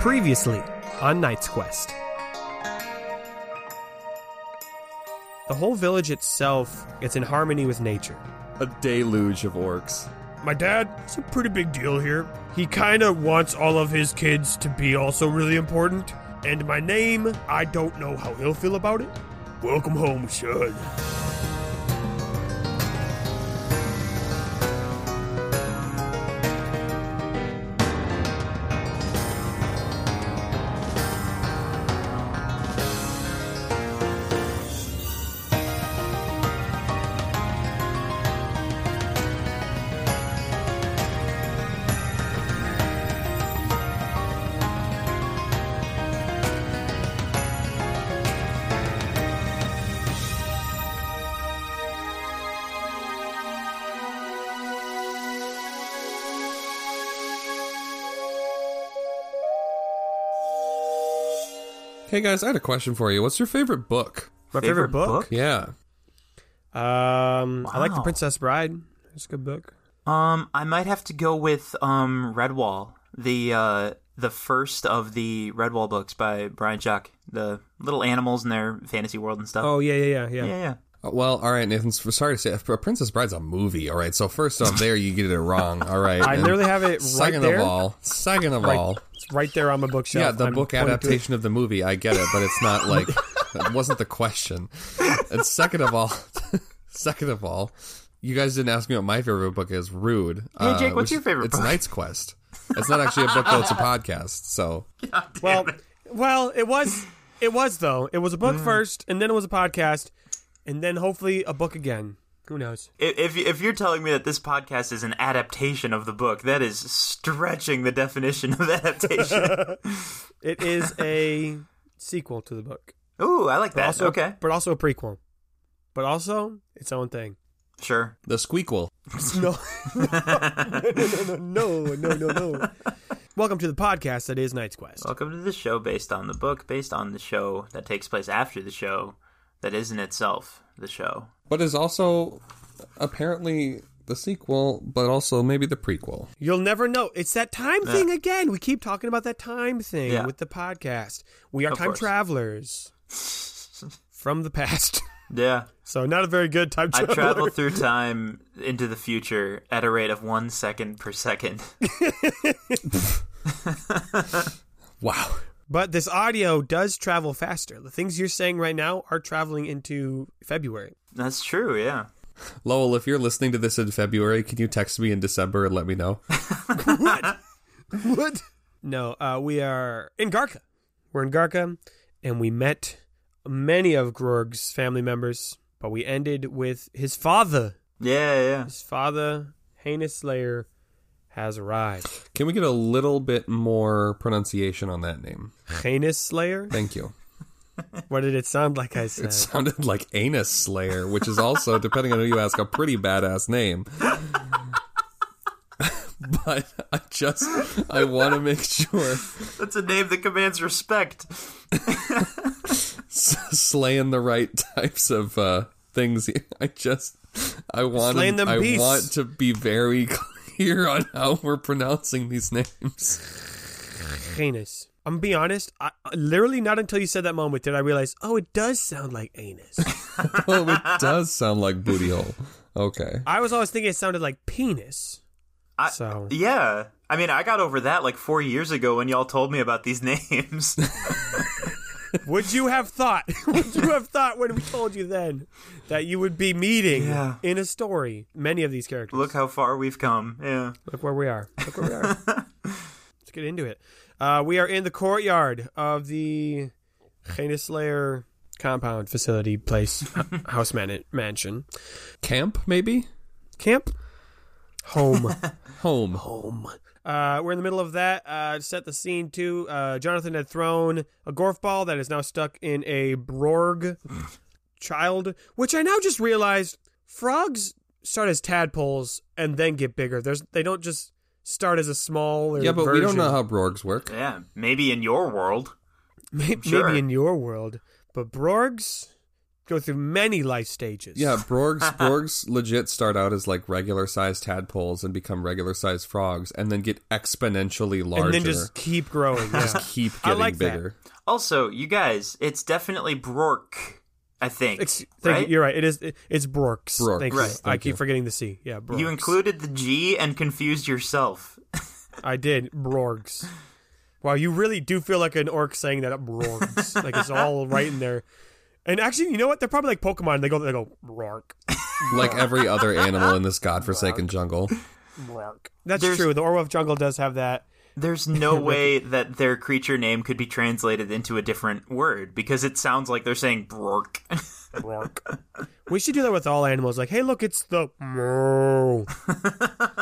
Previously on Knight's Quest. The whole village itself is in harmony with nature. A deluge of orcs. My dad, it's a pretty big deal here. He kinda wants all of his kids to be also really important. And my name, I don't know how he'll feel about it. Welcome home, son. Hey guys, I had a question for you. What's your favorite book? My favorite, Favorite book? Yeah. Um, I like The Wow. Princess Bride. It's a good book. Um, I might have to go with um Redwall, the uh the first of the Redwall books by Brian Chuck, the little animals in their fantasy world and stuff. Oh yeah, yeah, yeah, yeah, yeah. yeah. Uh, Well, all right, Nathan. s- Sorry to say, uh, Princess Bride's a movie. All right, so first off, there you get it wrong. All right. I and literally have it right Second there. of all, second of all, It's right there on my bookshelf. yeah, the I'm book pointing to it. adaptation of the movie. I get it, but it's not like that wasn't the question. And second of all, second of all, you guys didn't ask me what my favorite book is. Rude. Hey Jake, what's your favorite It's book? Knight's Quest. It's not actually a book though; it's a podcast. So Well, well, it was, it was though. It was a Mm. book first, and then it was a podcast, and then hopefully a book again. Who knows? I- If if you're telling me that this podcast is an adaptation of the book, that is stretching the definition of adaptation. It is a sequel to the book. Ooh, I like But that. also, okay, But also a prequel. But also its own thing. sure. the squeakquel. No. no, no, no, no, no, no. Welcome to the podcast that is Knight's Quest. Welcome to the show based on the book, based on the show that takes place after the show, that is in itself the show. but is also apparently the sequel, but also maybe the prequel. You'll never know. It's that time thing again. We keep talking about that time thing Yeah. with the podcast. We are Of time course. travelers from the past. Yeah. So not a very good time I traveler. travel through time into the future at a rate of one second per second. Wow. But this audio does travel faster. The things you're saying right now are traveling into February. That's true, yeah. Lowell, if you're listening to this in February, can you text me in December and let me know? What? No, uh, we are in Garka. We're in Garka, and we met many of Grog's family members, but we ended with his father. Yeah, yeah. His father, heinous slayer, has arrived. Can we get a little bit more pronunciation on that name? Heinous slayer? Thank you. What did it sound like I said? It sounded like Anus Slayer, which is also, depending on who you ask, a pretty badass name. but I just I want to make sure That's a name that commands respect. slaying the right types of uh, things. I just I want Slaying them I peace. want to be very clear on how we're pronouncing these names. Heinous. I'm gonna be honest. I, literally, not until you said that moment did I realize. Oh, it does sound like anus. oh, it does sound like booty hole. Okay. I was always thinking it sounded like penis. I, So- Yeah. I mean, I got over that like four years ago when y'all told me about these names. Would you have thought? Would you have thought when we told you then that you would be meeting Yeah. in a story many of these characters? Look how far we've come. Yeah. Look where we are. Look where we are. Let's get into it. Uh, we are in the courtyard of the Heinous Slayer compound facility place, h- house man- mansion, Camp maybe? camp, home. Home. Uh, we're in the middle of that. Uh, to set the scene too. Uh, Jonathan had thrown a golf ball that is now stuck in a Brorg child, which I now just realized frogs start as tadpoles and then get bigger. There's they don't just start as a small. Yeah, but we don't know how Brorgs work. Yeah. Maybe in your world. Maybe, Sure. in your world, but Brorgs go through many life stages. Yeah, Borgs Borgs legit start out as like regular sized tadpoles and become regular sized frogs, and then get exponentially larger. and then just keep growing. Just Yeah. keep I getting like that. bigger. Also, you guys, it's definitely Brork, I think. Ex- thank you. right? You're right. It is. It, it's Brooks. Brooks. Thank Right. you. I Thank keep you. forgetting the C. Yeah, Brooks. You included the G and confused yourself. I did. Brorgs. Wow, you really do feel like an orc saying that at Brorgs. like it's all right in there. And actually, you know what? They're probably like Pokemon. They go, they go, Rork, Like every other animal in this godforsaken jungle. Rork. That's There's- true. The Orwell Jungle does have that. There's no way that their creature name could be translated into a different word because it sounds like they're saying Brork. Rork. we should do that with all animals. Like, hey, look, it's the. moo.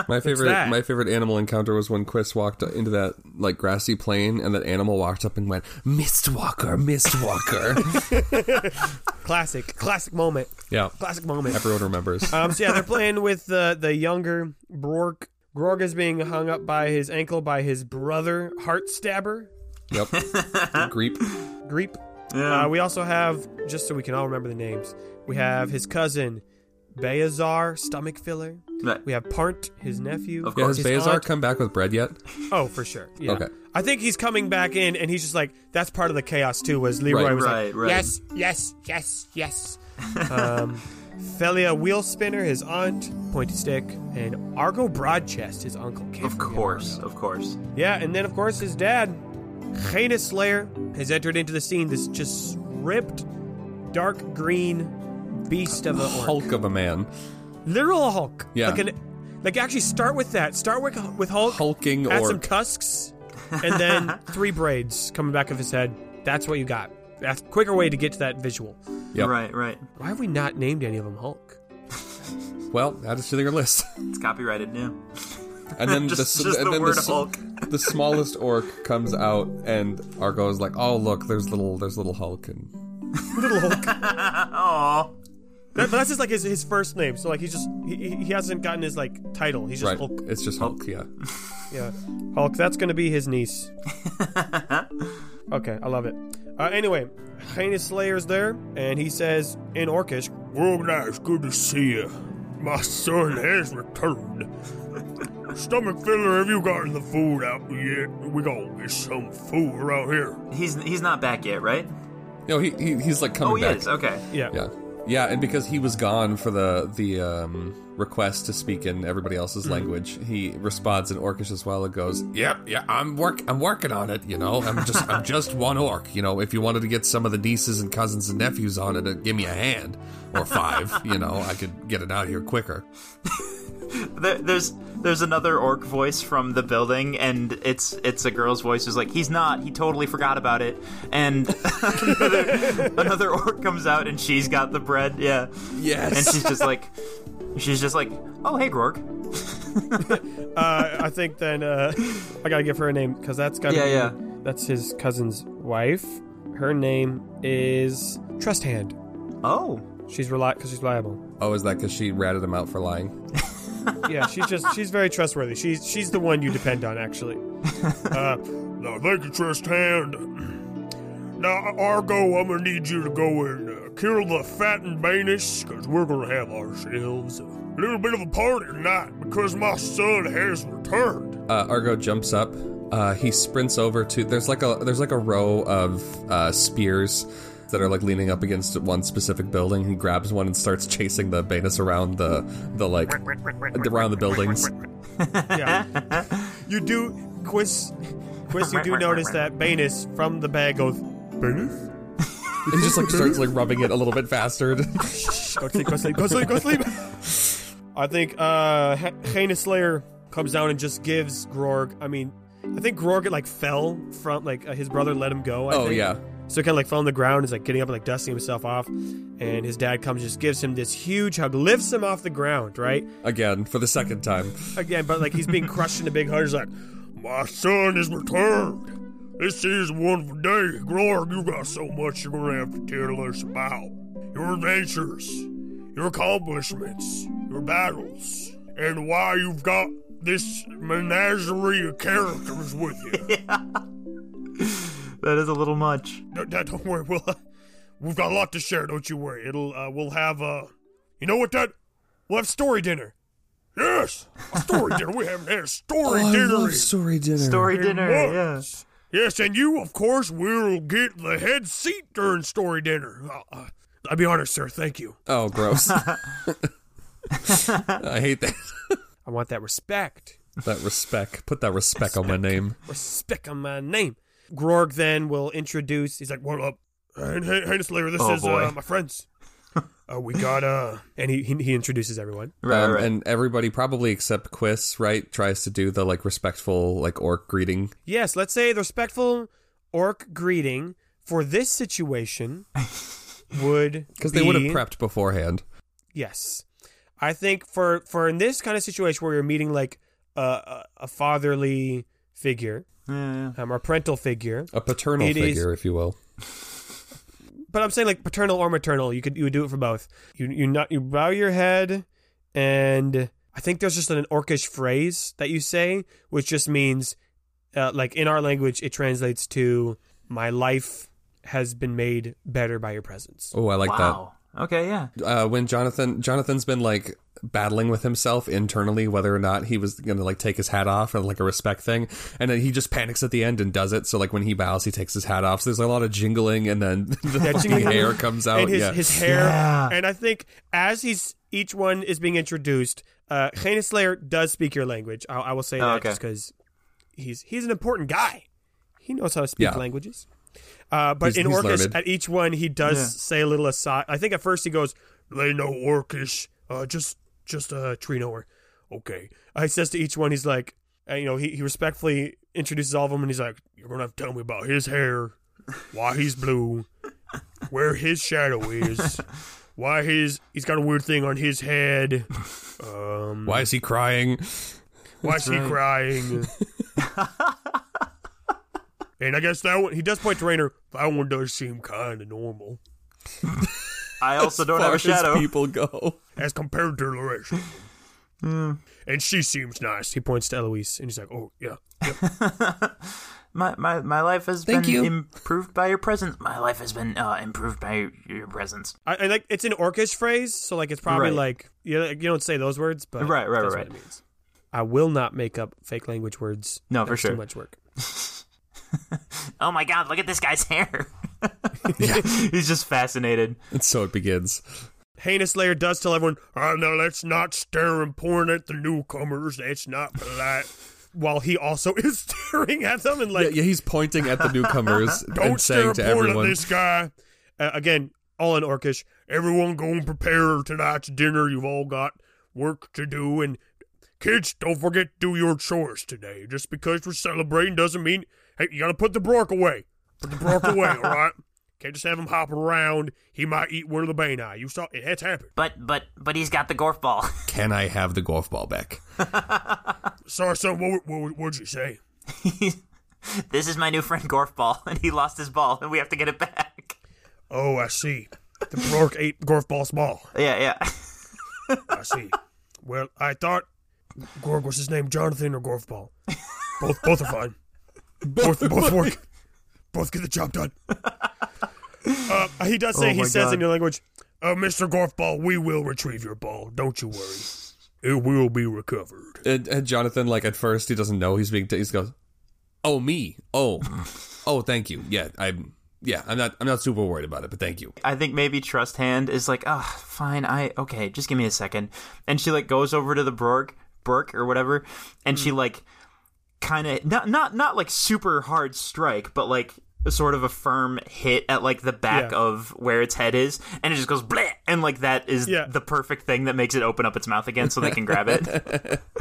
My favorite that? my favorite animal encounter was when Chris walked into that like grassy plain and that animal walked up and went, Mistwalker, Mistwalker. Classic. Classic moment. yeah. Classic moment. Everyone remembers. Um, so yeah, they're playing with the the younger Brork. Grorg is being hung up by his ankle by his brother Heartstabber Yep. Greep. Greep. Uh, we also have just so we can all remember the names. We have his cousin Bayazar Stomach Filler. But- We have Parnt, his nephew. Of Yeah, has His Bazar aunt- come back with bread yet? Oh, for sure. Yeah. Okay. I think he's coming back in, and he's just like that's part of the chaos too. Was Leroy Right, was right, like right. yes, yes, yes, yes. um, Felia Wheel Spinner, his aunt, Pointy Stick, and Argo Broadchest, his uncle. Can't of forget course, Argo. of course. Yeah, and then of course his dad, Heinous Slayer, has entered into the scene. This just ripped, dark green beast of a orc. Hulk of a man. literal Hulk. Yeah. like, an, like actually start with that. Start with with Hulk. Hulking add some orc. tusks, and then three braids coming back of his head. That's what you got. That's a quicker way to get to that visual. Yep. Right, right. Why have we not named any of them Hulk? Well, add it to your list. It's copyrighted now. And then Just- the, s- just and the then word s- Hulk. the smallest orc comes out, and Argo is like, "Oh, look, there's little, there's little Hulk." And Little Hulk. that, Oh, but that's just like his, his first name. So like he's just he, he- he hasn't gotten his like title. He's just right, Hulk. it's just Hulk. Yeah, Yeah, Hulk. That's gonna be his niece. okay, I love it. Uh, anyway, Heinous Slayer's there, and he says in Orcish, Well, it's good to see you. My son has returned. Stomach filler, have you gotten the food out yet? We gonna get some food around here. he's he's not back yet, right? no, he, he he's like coming Oh, he back. is. Okay. "Yeah, Yeah, yeah, and because he was gone for the the um, request to speak in everybody else's language, he responds in Orcish as well and goes, "Yep, yeah, I'm work, I'm working on it. You know, I'm just, I'm just one orc. You know, if you wanted to get some of the nieces and cousins and nephews on it, uh, give me a hand or five. you know, I could get it out here quicker." There, there's there's another orc voice from the building, and it's it's a girl's voice who's like, "He's not. He totally forgot about it." And another, another orc comes out, and she's got the bread. Yeah, Yes, and she's just like, she's just like, "Oh, hey, Grog." uh, I think then uh, I gotta give her a name because that's gotta Yeah, be, yeah. That's his cousin's wife. Her name is Trust Hand. Oh, She's reliable because she's reliable. Oh, is that because she ratted him out for lying? Yeah, she's just she's very trustworthy. She's she's the one you depend on actually. Now, thank you, Trust Hand. Now, Argo, I'm gonna need you to go and uh, kill the fattened Banus, because we're gonna have ourselves a little bit of a party tonight, because my son has returned. Uh, Argo jumps up. Uh, he sprints over to. There's like a there's like a row of uh, spears that are like leaning up against one specific building. He grabs one and starts chasing the Banus around the the like around the buildings. Yeah, you do, Quiz. Quiz, you do notice that Banus from the bag goes. Banus, He just like starts like rubbing it a little bit faster. go to sleep, go to sleep, go to sleep, go to sleep. I think uh Heinous Slayer comes down and just gives Grog. I mean, I think Grog like fell from like uh, his brother let him go. I oh think. yeah, So he kind of like fell on the ground, is like getting up and like dusting himself off, and his dad comes, just gives him this huge hug, lifts him off the ground, right? again for the second time. Again, but like he's being crushed in a big hug. He's like, My son is returned. This is a wonderful day. Grog, you got so much you're going to have to tell us about. Your adventures, your accomplishments, your battles, and why you've got this menagerie of characters with you. that is a little much. No, no, don't worry, we'll, uh, We've got a lot to share. Don't you worry. It'll. Uh, we'll have. Uh, you know what? That we'll have story dinner. Yes, a story dinner. We haven't had a story I dinner. love in- story dinner. Story dinner, yeah. months. Yes, and you, of course, will get the head seat during story dinner. Uh, uh, I'll be honest, sir. Thank you. Oh, gross. I hate that. I want that respect. That respect. Put that respect on my name. Respect on my name. Grog then will introduce. He's He's like, like, "What up?" Uh, And hey, hey, Slayer, this Oh, is boy. uh, my friends. Uh, we got uh, and he, he he introduces everyone. Right, um, right. And everybody, probably except Quiz, right, tries to do the like respectful like orc greeting. Yes, let's say the respectful orc greeting for this situation would Because they would have be- prepped beforehand. Yes, I think for for in this kind of situation where you're meeting like a a, a fatherly figure, yeah, yeah. um, or parental figure, A paternal It is- figure, if you will. but I'm saying like paternal or maternal. You could you would do it for both. You you not you bow your head, and I think there's just an orcish phrase that you say, which just means, uh, like in our language, it translates to "my life has been made better by your presence." Oh, I like wow. Okay, yeah. that. Uh, when Jonathan Jonathan's been like battling with himself internally whether or not he was gonna like take his hat off or like a respect thing, and then he just panics at the end and does it. So like when he bows, he takes his hat off. So there's a lot of jingling, and then the fucking jingling. hair comes out. and his, yeah. his hair. Yeah. And I think as he's each one is being introduced, uh, Heinous Slayer does speak your language. I, I will say that Oh, okay. just because he's he's an important guy. He knows how to speak Yeah. languages. Uh, but He's- in he's Orcish, learned. at each one, he does Yeah. say a little aside. I think at first he goes, they know Orcish. Uh, just just uh, Trino or okay. uh, he says to each one, he's like, uh, you know, he, he respectfully introduces all of them and he's like, You're gonna have to tell me about his hair, why he's blue, where his shadow is, why his he's got a weird thing on his head. Um, Why is he crying? why is he right. crying? and I guess that one he does point to Rainer. That one does seem kind of normal I also don't Far have a as shadow. people go. as compared to Larisha. Hmm. And she seems nice. he points to Eloise and he's like, oh, Yeah. My, my my life has Thank been you. improved by your presence. My life has been uh, improved by your presence. I, I like it's an orcish phrase, so like it's probably Right. like you, know, like, you don't say those words, but Right, right, that's right, What it means. I will not make up fake language words. No, for That's sure. Too much work. Oh my god, look at this guy's hair. He's just fascinated. And so it begins. Heinous Slayer does tell everyone "Oh, Uh, now let's not stare and point at the newcomers. That's not polite. while he also is staring at them and like yeah, yeah, he's pointing at the newcomers Don't and stare saying and to point everyone, at this guy. uh, again all in orcish. Everyone go and prepare tonight's dinner. You've all got work to do. And kids, don't forget to do your chores today. Just because we're celebrating doesn't mean, hey, you got to put the brork away. Put the brork away, all right? Can't just have him hopping around. He might eat one of the bane eye. You saw it. That's happened. But but but he's got the golf ball. "Can I have the golf ball back?" Sorry, son. What, what, what'd you say? this is my new friend golf ball, and he lost his ball, and we have to get it back. Oh, I see. The brork ate Gorf Ball Small. Yeah, yeah. I see. Well, I thought Gorg was his name, Jonathan or Gorfball. Both, both are fine. Both, both work. Both get the job done. Uh, he does Oh say he my says God. in your language. Uh, Mr. Gorfball, we will retrieve your ball. Don't you worry. It will be recovered. And, and Jonathan, like at first, he doesn't know he's being. T- he goes, "Oh me, oh, oh, thank you. Yeah, I'm. Yeah, I'm not. I'm not super worried about it, but thank you. I think maybe Trust Hand is like, oh, fine, I okay, just give me a second. And she like goes over to the Brorg, Burke or whatever, and she like kind of not not not like super hard strike, but like sort of a firm hit at like the back Yeah. of where its head is, and it just goes bleh, and like that is Yeah. the perfect thing that makes it open up its mouth again so they can grab it.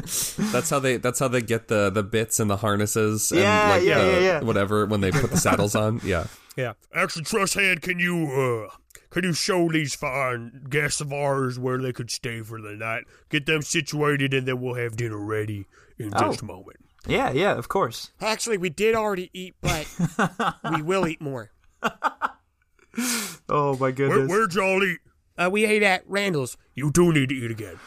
That's how they. That's how they get the the bits and the harnesses. And Yeah, like yeah, the, yeah, yeah. Whatever when they put the saddles on. Yeah, Yeah, Actually, Trust Hand, can you, uh, can you show these fine guests of ours where they could stay for the night? Get them situated, and then we'll have dinner ready in Oh. just a moment. yeah, yeah, of course. actually, we did already eat, but we will eat more. Oh my Where, goodness. where'd y'all eat? Uh, we ate at Randall's. You do need to eat again.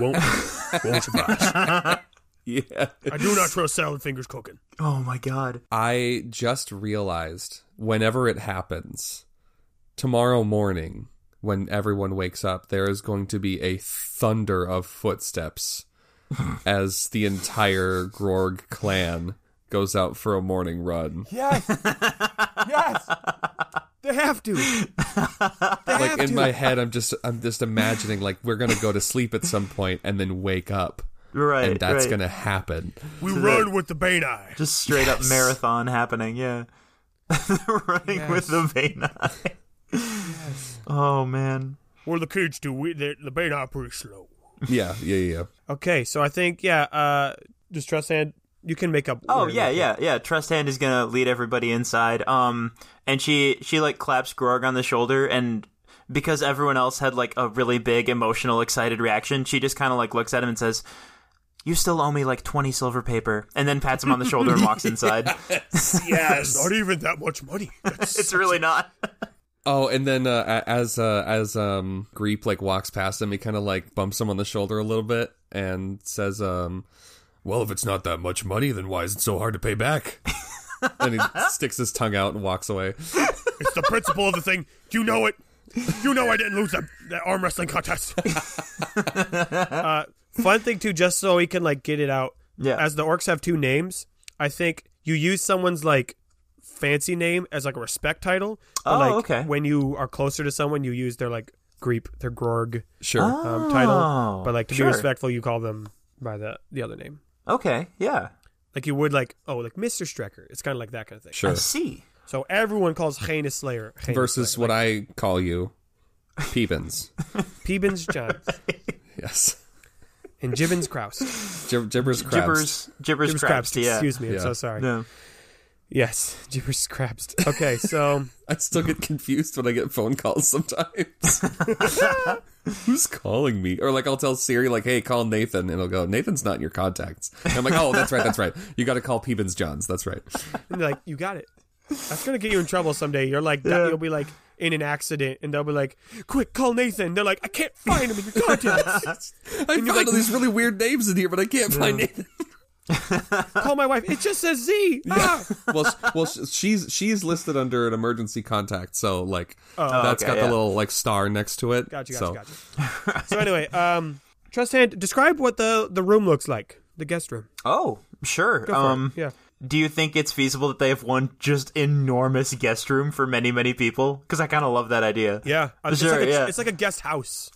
won't, won't suffice. yeah. I do not trust salad fingers cooking. Oh my god. I just realized whenever it happens tomorrow morning, when everyone wakes up, there is going to be a thunder of footsteps as the entire Grorg clan goes out for a morning run. Yes. yes. They have to. They have like in to. my head i'm just i'm just imagining like we're gonna go to sleep at some point and then wake up Right. and that's right. gonna happen We run with the Bane Eye. just straight up marathon happening. Yeah, running with the vein eye. Oh man. We're the kids too. We, the, the Bane Eye pretty slow. yeah yeah yeah okay, so I think yeah, uh just trust hand you can make up Oh where- yeah, yeah, yeah. Trust hand is gonna lead everybody inside. Um, and she she like claps Grog on the shoulder, and because everyone else had like a really big emotional, excited reaction, she just kind of like looks at him and says, "You still owe me like twenty silver paper," and then pats him on the shoulder and walks inside. Yes. Not even that much money. That's- It's really not. oh and then uh, a- as uh, as um greep like walks past him he kind of like bumps him on the shoulder a little bit and says um well, if it's not that much money, then why is it so hard to pay back? and he sticks his tongue out and walks away It's the principle of the thing. You know it. You know I didn't lose that, that arm wrestling contest. Uh, Fun thing too, just so he can like get it out. Yeah. As the orcs have two names, I think you use someone's like fancy name as like a respect title. but, Oh, like, okay. When you are closer to someone, you use their like Greep, their Grorg sure Ah, um, title. Oh, But like to sure. be respectful, you call them by the the other name. Okay, yeah, Like you would like oh like Mister Strecker. It's kind of like that kind of thing. sure I see. So everyone calls Heinous Slayer Heinous versus what i call you peepins Slayer. Peebins John yes and Gibbons Kraus. Gib- gibbers crabs. Gibbers, gibbers, Gibbons craps. Kraus. Yeah. Excuse me. I'm Yeah. so sorry. No. Yes, Gibbers Kraus. Okay, so. I still get confused when I get phone calls sometimes. Who's calling me? Or like I'll tell Siri like, "Hey, call Nathan," and it'll go, "Nathan's not in your contacts." And I'm like, "Oh, that's right, that's right. You got to call Peebins Johns. That's right." And they're like, you got it. That's gonna get you in trouble someday. You're like, you'll be like in an accident, and they'll be like, quick, call Nathan. They're like, I can't find him in your contacts. I found like- all these really weird names in here, but I can't find Nathan. call my wife. It just says Z. Ah! well, s- well, s- she's she's listed under an emergency contact, so like that's okay, got yeah. the little like star next to it. Oh, Gotcha, gotcha, so, gotcha. So anyway, um, trust hand. Describe what the the room looks like. The guest room. Oh, sure. Go for it. um, yeah. Do you think it's feasible that they have one just enormous guest room for many, many people? Because I kind of love that idea. Yeah, Uh, it's, Sure, like a, yeah. it's like a guest house.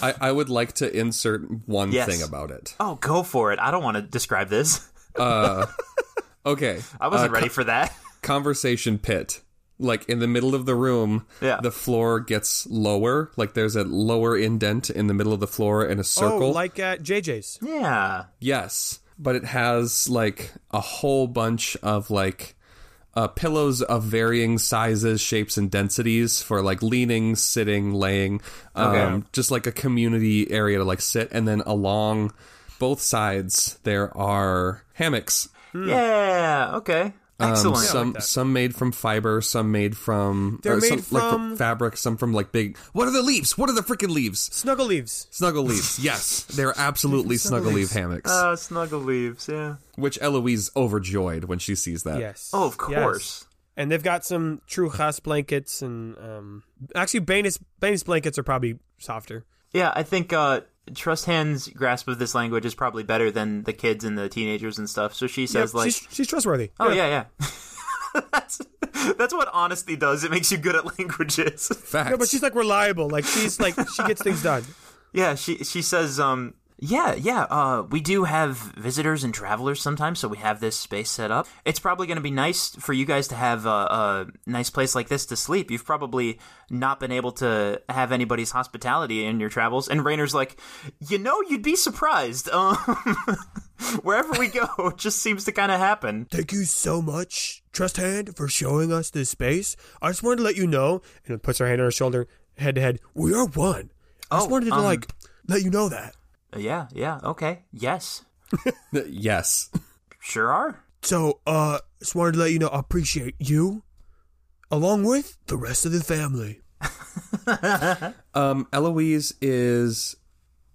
I, I would like to insert one Yes. thing about it. Oh, go for it. I don't want to describe this. Okay, I wasn't ready for that. conversation pit. Like in the middle of the room, Yeah. the floor gets lower. Like there's a lower indent in the middle of the floor in a circle. Oh, like at JJ's. yeah. yes, but it has like a whole bunch of like uh, pillows of varying sizes, shapes, and densities for like leaning, sitting, laying. Um, Okay. Just like a community area to like sit, and then along both sides there are hammocks. Hmm. Yeah. Okay. Um, Excellent. some some made from fiber, some made from They're or some, made like, from- fabric, some from like big. What are the leaves? What are the freaking leaves? Snuggle leaves. Snuggle leaves. Yes, they're absolutely snuggle leaf hammocks, uh, snuggle leaves. Yeah. which Eloise is overjoyed when she sees that. Yes. Oh, of Yes. course. And they've got some Trujas blankets and um, actually Banis Banis blankets are probably softer. Yeah. I think uh, Trust Hand's grasp of this language is probably better than the kids and the teenagers and stuff. So she says, like, she's, she's trustworthy. oh, yeah, yeah. that's, that's what honesty does. It makes you good at languages. Facts. No, but she's like reliable. Like she's like she gets things done. Yeah, she she says, um, yeah, yeah, uh, we do have visitors and travelers sometimes, so we have this space set up. It's probably going to be nice for you guys to have a, a nice place like this to sleep. You've probably not been able to have anybody's hospitality in your travels. And Rayner's like, you know, you'd be surprised. Um, wherever we go, it just seems to kind of happen. Thank you so much, Trust Hand, for showing us this space. I just wanted to let you know, and it puts her hand on her shoulder, head to head. We are one. I just Oh, wanted to um, like let you know that. Yeah, yeah, okay, yes, yes. sure are. So, uh, just wanted to let you know I appreciate you, along with the rest of the family. Um, Eloise is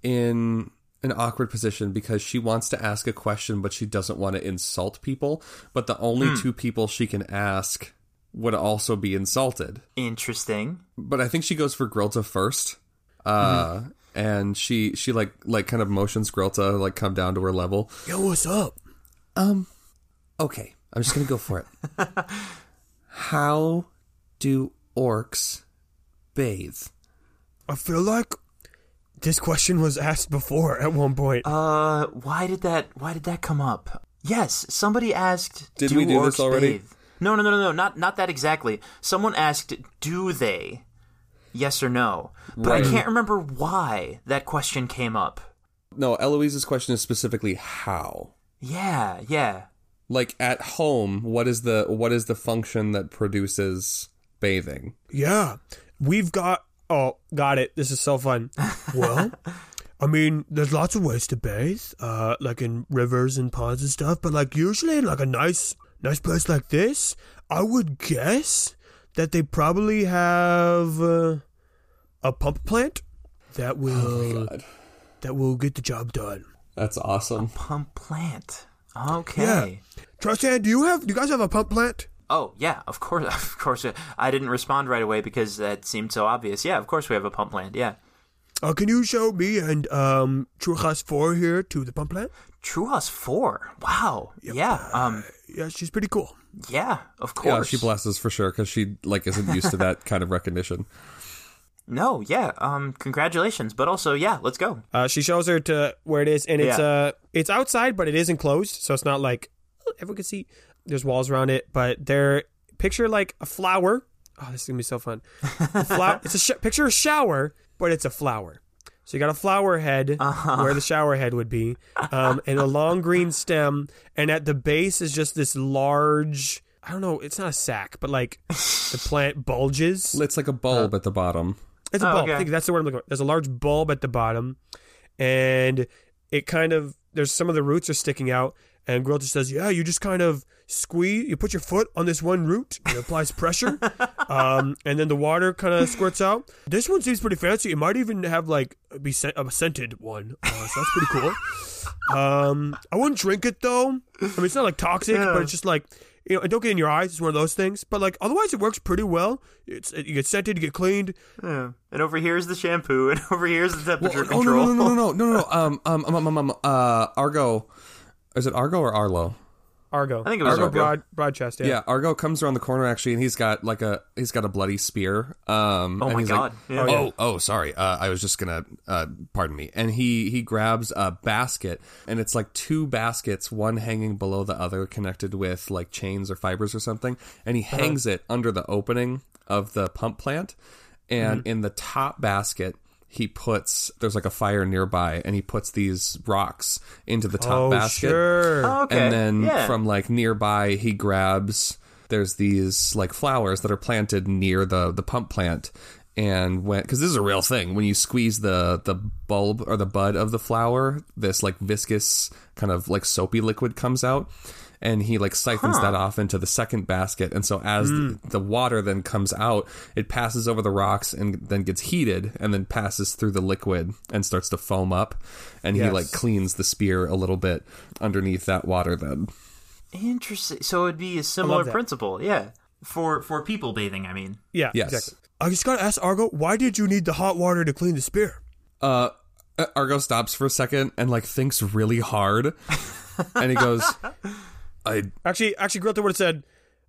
in an awkward position because she wants to ask a Hmm. question, but she doesn't want to insult people. But the only two people she can ask would also be insulted. Interesting. But I think she goes for Grilta first. Uh, And she she like like kind of motions Grilta like come down to her level. Um, Yo, what's up? Okay, I'm just gonna go for it. How do orcs bathe? I feel like this question was asked before at one point. Uh, why did that? Why did that come up? Yes, somebody asked. Did do we do orcs this already? bathe?" No, no, no, no, no, not not that exactly. Someone asked, "Do they?" Yes or no. But Right. I can't remember why that question came up. No, Eloise's question is specifically how. Yeah, yeah. Like at home, what is the what is the function that produces bathing? Yeah, we've got. Oh, got it. This is so fun. Well, I mean, there's lots of ways to bathe, uh, like in rivers and ponds and stuff. But like usually, in like a nice, nice place like this, I would guess that they probably have uh, a pump plant Oh that will God, that will get the job done. that's awesome. Pump plant. Okay. Trustan, do you have? Do you guys have a pump plant? Oh yeah, of course, of course. I didn't respond right away because that seemed so obvious. Yeah, of course we have a pump plant. Yeah. Uh, can you show me and um, Trujas Four here to the pump plant? Truhas four. Wow. Yeah. Um. Yeah, she's pretty cool. Yeah. Of course. Yeah, she blesses for sure because she like isn't used to that kind of recognition. No, yeah. Um, congratulations, but also, yeah, let's go. Uh, she shows her to where it is, and it's Yeah. uh, it's outside, but it is enclosed, so it's not like oh, everyone can see. There's walls around it, but they're picture like a flower. Oh, this is gonna be so fun. A flower. it's a sh- picture a shower, but it's a flower. So you got a flower head where the shower head would be, um, and a long green stem, and at the base is just this large. I don't know. It's not a sack, but like the plant bulges. It's like a bulb at the bottom. It's a Oh, bulb. okay. I think that's the word I'm looking for. There's a large bulb at the bottom, and it kind of there's some of the roots are sticking out. And Grill just says, "Yeah, you just kind of squeeze. You put your foot on this one root. It applies pressure, um, and then the water kind of squirts out. This one seems pretty fancy. It might even have like be scent, a scented one. Uh, so that's pretty cool. Um, I wouldn't drink it though. I mean, it's not like toxic, but it's just like." You know, and don't get in your eyes. It's one of those things. But like, otherwise, it works pretty well. It's you get scented, you get cleaned. Yeah. And over here is the shampoo, and over here is the temperature oh control. no no no no no no no. Um um um um, um, um uh Argo, is it Argo or Arlo? Argo. I think it was Argo. Broad, Broadchest. Yeah. Yeah, Argo comes around the corner actually, and he's got like a he's got a bloody spear. Um, oh my he's God. Like, Yeah. Oh, oh, sorry. Uh, I was just gonna, uh, pardon me. And he he grabs a basket, and it's like two baskets, one hanging below the other, connected with like chains or fibers or something, and he hangs it under the opening of the pump plant, and in the top basket. He puts there's like a fire nearby, and he puts these rocks into the top Oh, basket, sure. Oh, okay. and then yeah. from like nearby he grabs there's these like flowers that are planted near the the pump plant and when because this is a real thing when you squeeze the the bulb or the bud of the flower this like viscous kind of like soapy liquid comes out and he like siphons that off into the second basket and so as the, the water then comes out it passes over the rocks and then gets heated and then passes through the liquid and starts to foam up and he Yes. like cleans the spear a little bit underneath that water then Interesting. So it'd be a similar that. principle, yeah. For for people bathing, I mean. Yeah. Yes. Exactly. I just gotta ask Argo, why did you need the hot water to clean the spear? uh uh, argo stops for a second and like thinks really hard and he goes i Actually, actually, Greta would have said,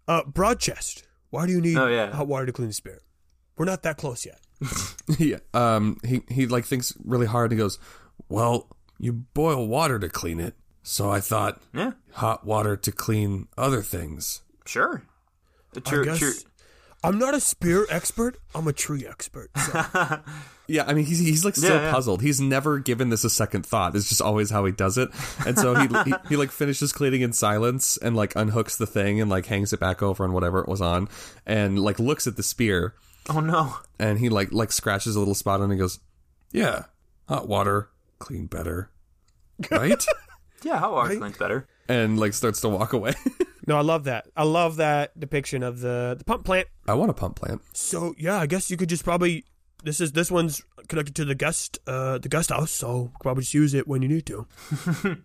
uh, Broadchest, why do you need Oh, yeah. hot water to clean the spear? We're not that close yet. he um he he like thinks really hard and he goes well you boil water to clean it so i thought Yeah. hot water to clean other things Sure. Uh, I True, guess- true. I'm not a spear expert. I'm a tree expert. So. Yeah, I mean, he's, he's like still Yeah, yeah. puzzled. He's never given this a second thought. It's just always how he does it. And so he, he he like finishes cleaning in silence and like unhooks the thing and like hangs it back over on whatever it was on, and like looks at the spear Oh no. and he like like scratches a little spot on it and goes, "Yeah, hot water, clean better, right?" Yeah, how are cleans better? and like starts to walk away. no, I love that. I love that depiction of the, the pump plant. I want a pump plant. So yeah, I guess you could just probably this is this one's connected to the guest uh the guest house, so probably just use it when you need to.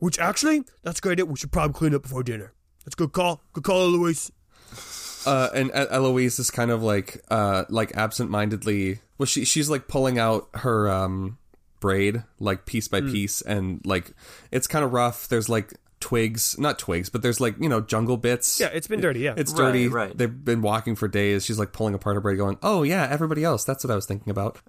Which actually, that's a great. idea. We should probably clean up before dinner. That's a good call. Good call, Luis. uh, and E- Eloise is kind of like uh, like absent-mindedly. Well, she she's like pulling out her um, braid like piece by Hmm. piece, and like it's kind of rough. There's like twigs, not twigs, but there's like you know jungle bits. Yeah, it's been dirty. Yeah, It's Right, dirty. right. They've been walking for days. She's like pulling apart her braid, going, "Oh yeah, everybody else. That's what I was thinking about."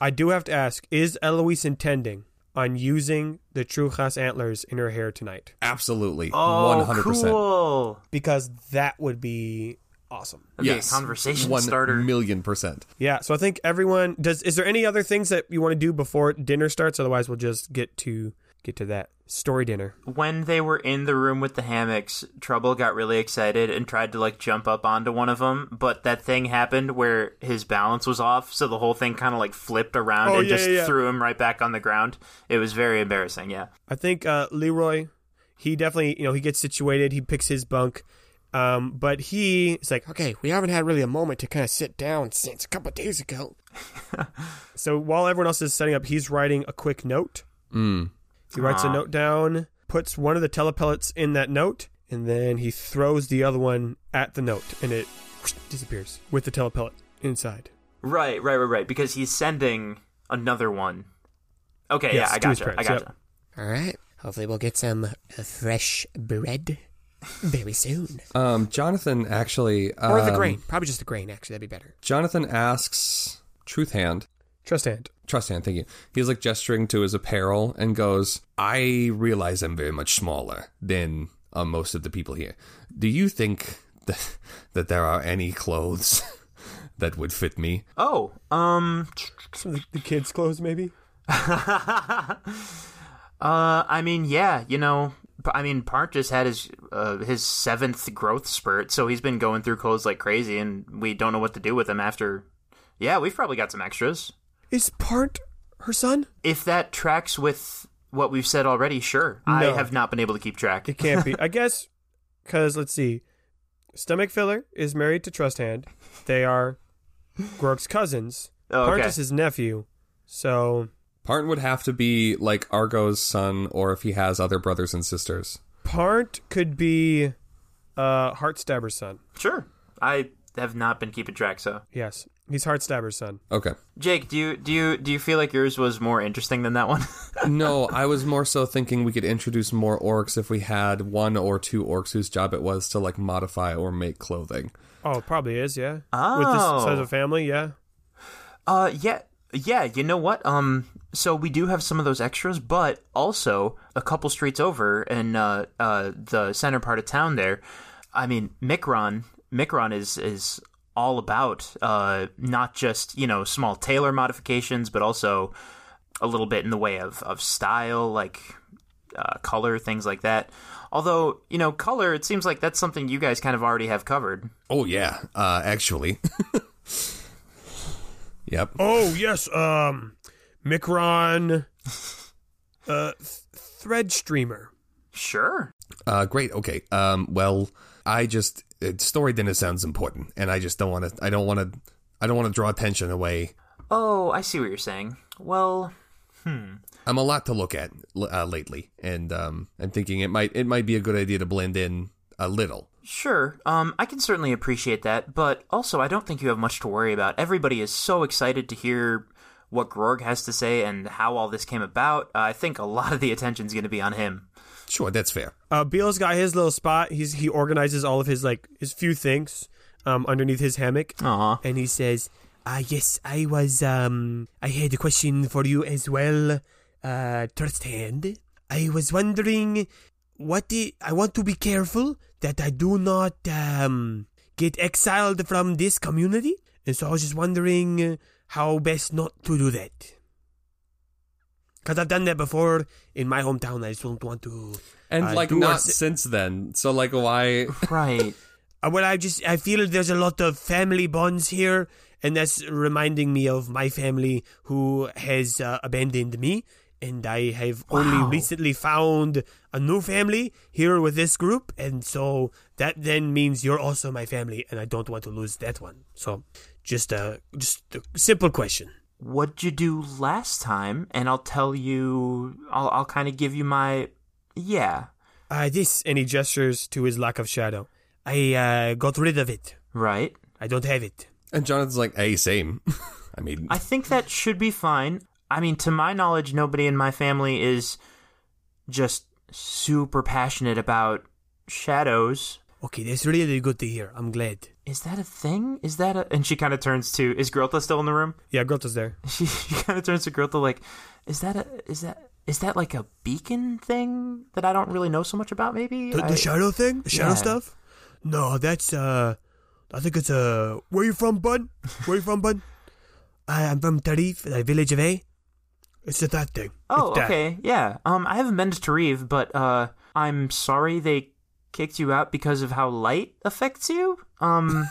I do have to ask: Is Eloise intending on using the Trujas antlers in her hair tonight? Absolutely, one Oh, hundred percent. cool. Because that would be awesome. That'd be a conversation starter. million percent. Yeah. So I think everyone does. Is there any other things that you want to do before dinner starts? Otherwise, we'll just get to get to that story dinner. when they were in the room with the hammocks, Trouble got really excited and tried to like jump up onto one of them, but that thing happened where his balance was off, so the whole thing kind of like flipped around Oh, and yeah, just yeah, yeah. threw him right back on the ground. It was very embarrassing, yeah. I think uh, Leroy, he definitely, you know, he gets situated. He picks his bunk. Um, but he is like, okay, we haven't had really a moment to kind of sit down since a couple of days ago. so while everyone else is setting up, he's writing a quick note. Mm. He writes a Ah. note down, puts one of the telepellets in that note, and then he throws the other one at the note, and it disappears with the telepellet inside. Right, right, right, right, because he's sending another one. Okay, Yes, yeah, I to his gotcha. I parents, gotcha. yep. All right. Hopefully, we'll get some uh, fresh bread very soon. Um, Jonathan actually, um, Or the grain. Probably just the grain, actually. That'd be better. Jonathan asks Truth Hand, Trust hand. Trust Hand, thank you. He's like gesturing to his apparel and goes, "I realize I'm very much smaller than uh, most of the people here. Do you think that, that there are any clothes that would fit me?" Oh, um, Some of the, the kids' clothes, maybe. uh, I mean, yeah, you know, P- I mean, Park just had his uh, his seventh growth spurt, so he's been going through clothes like crazy, and we don't know what to do with him after. Yeah, we've probably got some extras. Is Part her son? If that tracks with what we've said already, sure. I No. have not been able to keep track. It can't be. I guess because let's see, stomach filler is married to Trust Hand. They are Gork's cousins. Oh, okay. Part is his nephew. So Parton would have to be like Argo's son, or if he has other brothers and sisters. Part could be uh, Heartstabber's son. Sure, I have not been keeping track. So, Yes, he's Heartstabber's son. Okay. Jake, do you do you do you feel like yours was more interesting than that one? no, I was more so thinking we could introduce more orcs if we had one or two orcs whose job it was to like modify or make clothing. Oh, it probably is. Yeah. With this Oh. size of family, yeah. Uh, yeah, yeah. You know what? Um, so we do have some of those extras, but also a couple streets over in uh, uh, the center part of town. There, I mean, Micron, Micron is is all about uh, not just you know small tailor modifications, but also a little bit in the way of of style, like uh, color, things like that. Although you know, color, it seems like that's something you guys kind of already have covered. Oh yeah, uh, actually. yep. Oh yes, um, Micron, uh, th- Threadstreamer. Sure. Uh, great. Okay. Um, well, I just uh, story dinner sounds important, and I just don't want to. I don't want to. I don't want to draw attention away. Oh, I see what you're saying. Well. I'm a lot to look at l- uh, lately, and um, I'm thinking it might it might be a good idea to blend in a little. Sure. Um, I can certainly appreciate that, but also I don't think you have much to worry about. Everybody is so excited to hear what Grog has to say and how all this came about. Uh, I think a lot of the attention's going to be on him. Sure, that's fair. Uh, Beale's got his little spot. He's he organizes all of his like his few things um, underneath his hammock, Aw. and he says, "Ah, yes, I was. Um, I had a question for you as well, uh, Trusthand. I was wondering what I, I want to be careful that I do not um get exiled from this community, and so I was just wondering uh, how best not to do that." Because I've done that before in my hometown. I just don't want to. And Uh, like do not us- since then. So like why? Right. Uh, well, I just I feel there's a lot of family bonds here, and that's reminding me of my family who has uh, abandoned me, and I have Wow. only recently found a new family here with this group, and so that then means you're also my family, and I don't want to lose that one. So, just a just a simple question. What'd you do last time? And I'll tell you. I'll, I'll kind of give you my. Yeah. Uh, this, and he gestures to his lack of shadow. I uh, got rid of it. Right. I don't have it. And Jonathan's like, hey, same. I mean, I think that should be fine. I mean, to my knowledge, nobody in my family is just super passionate about shadows. Okay, that's really good to hear. I'm glad. Is that a thing? Is that a. And she kind of turns to. Is Grotha still in the room? Yeah, Grota's there. She, she kind of turns to Grotha like, is that a. Is that. Is that like a beacon thing that I don't really know so much about? Maybe The, I- the shadow thing? The shadow Yeah. stuff? No, that's, uh, I think it's, uh, where you from, bud? Where you from, bud? I, I'm from Tarif, the village of A. It's the that thing. Oh, It's that. okay, yeah. Um, I haven't been to Tarif, but uh, I'm sorry they kicked you out because of how light affects you. Um,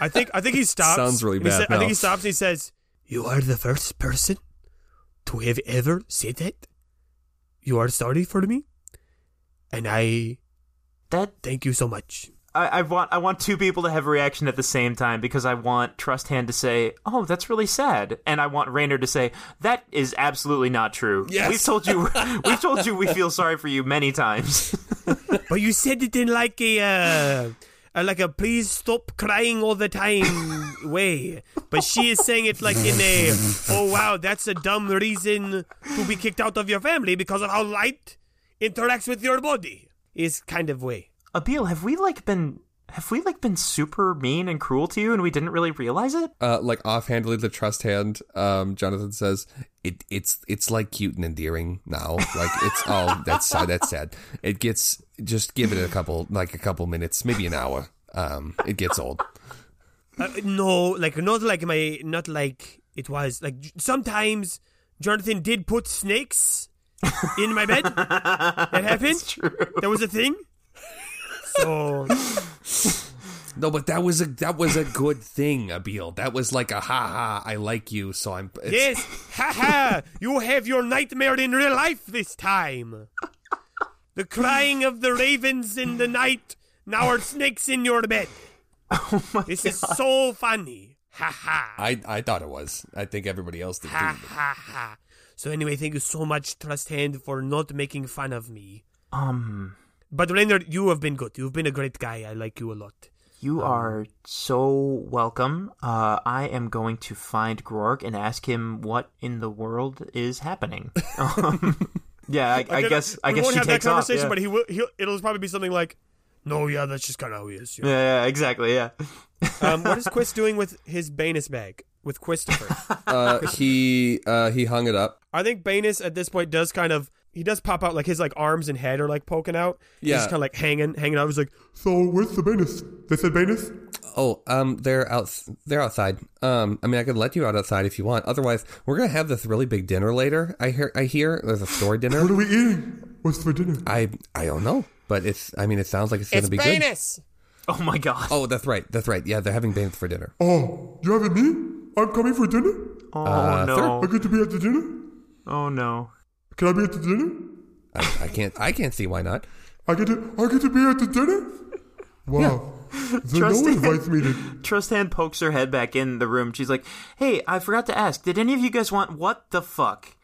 I think, I think he stops. Sounds really and he sa- bad I now. think he stops and he says, You are the first person to have ever said that. You are sorry for me. And I that thank you so much. I, I want I want two people to have a reaction at the same time because I want Trusthand to say, "Oh, that's really sad," and I want Rainer to say, "That is absolutely not true." Yes. We've told you, we've told you, we feel sorry for you many times. But you said it in like a uh, uh, like a please stop crying all the time way. But she is saying it like in a oh wow that's a dumb reason to be kicked out of your family because of how light interacts with your body is kind of way. Abil, have we like been have we like been super mean and cruel to you, and we didn't really realize it? uh, like offhandedly, the trust hand, um, Jonathan says, it, it's it's like cute and endearing now. Like it's oh that's sad, that's sad. It gets just give it a couple like a couple minutes, maybe an hour. Um, it gets old. Uh, no, like not like my not like it was like j- sometimes Jonathan did put snakes in my bed. that happened. That was a thing. So No, but that was a that was a good thing, Abil. That was like a ha ha. I like you, so I'm. It's, Yes, haha! You have your nightmare in real life this time. The crying of the ravens in the night. Now are snakes in your bed. this is so funny. Ha ha. I I thought it was. I think everybody else did. Ha Too. ha ha. So anyway, thank you so much, Trust Hand, for not making fun of me. Um, But Reynard, you have been good. You've been a great guy. I like you a lot. you Um. are so welcome. Uh, I am going to find Grorg and ask him what in the world is happening. Um, yeah, I, I guess I we guess won't she have takes that conversation, off. yeah. but he will. He'll, it'll probably be something like, "No, yeah, that's just kind of how he is." yeah." Yeah, yeah, exactly. Yeah. um, what is Quist doing with his Banus bag with Christopher? Uh, he uh he hung it up. I think Banus at this point does kind of he does pop out like his like arms and head are like poking out. Yeah. he's just kind of like hanging, hanging out. He's like, So where's the Venus? They said Venus? Oh, um, they're out. They're outside. Um, I mean, I could let you out outside if you want. Otherwise, we're gonna have this really big dinner later. I hear. I hear there's a store What dinner. are we eating? What's for dinner? I I don't know, but it's. I mean, it sounds like it's gonna It's be good. Branus! Oh my god. Oh, that's right. That's right. Yeah, they're having banus for dinner. Oh, you having me? I'm coming for dinner? Oh Uh, no. I get to be at the dinner? Oh no. Can I be at the dinner? I, I can't. I can't see why not. I get to I get to be at the dinner? Wow. So no Trust one it. invites me to Trustan pokes her head back in the room. She's like, "Hey, I forgot to ask. Did any of you guys want what the fuck?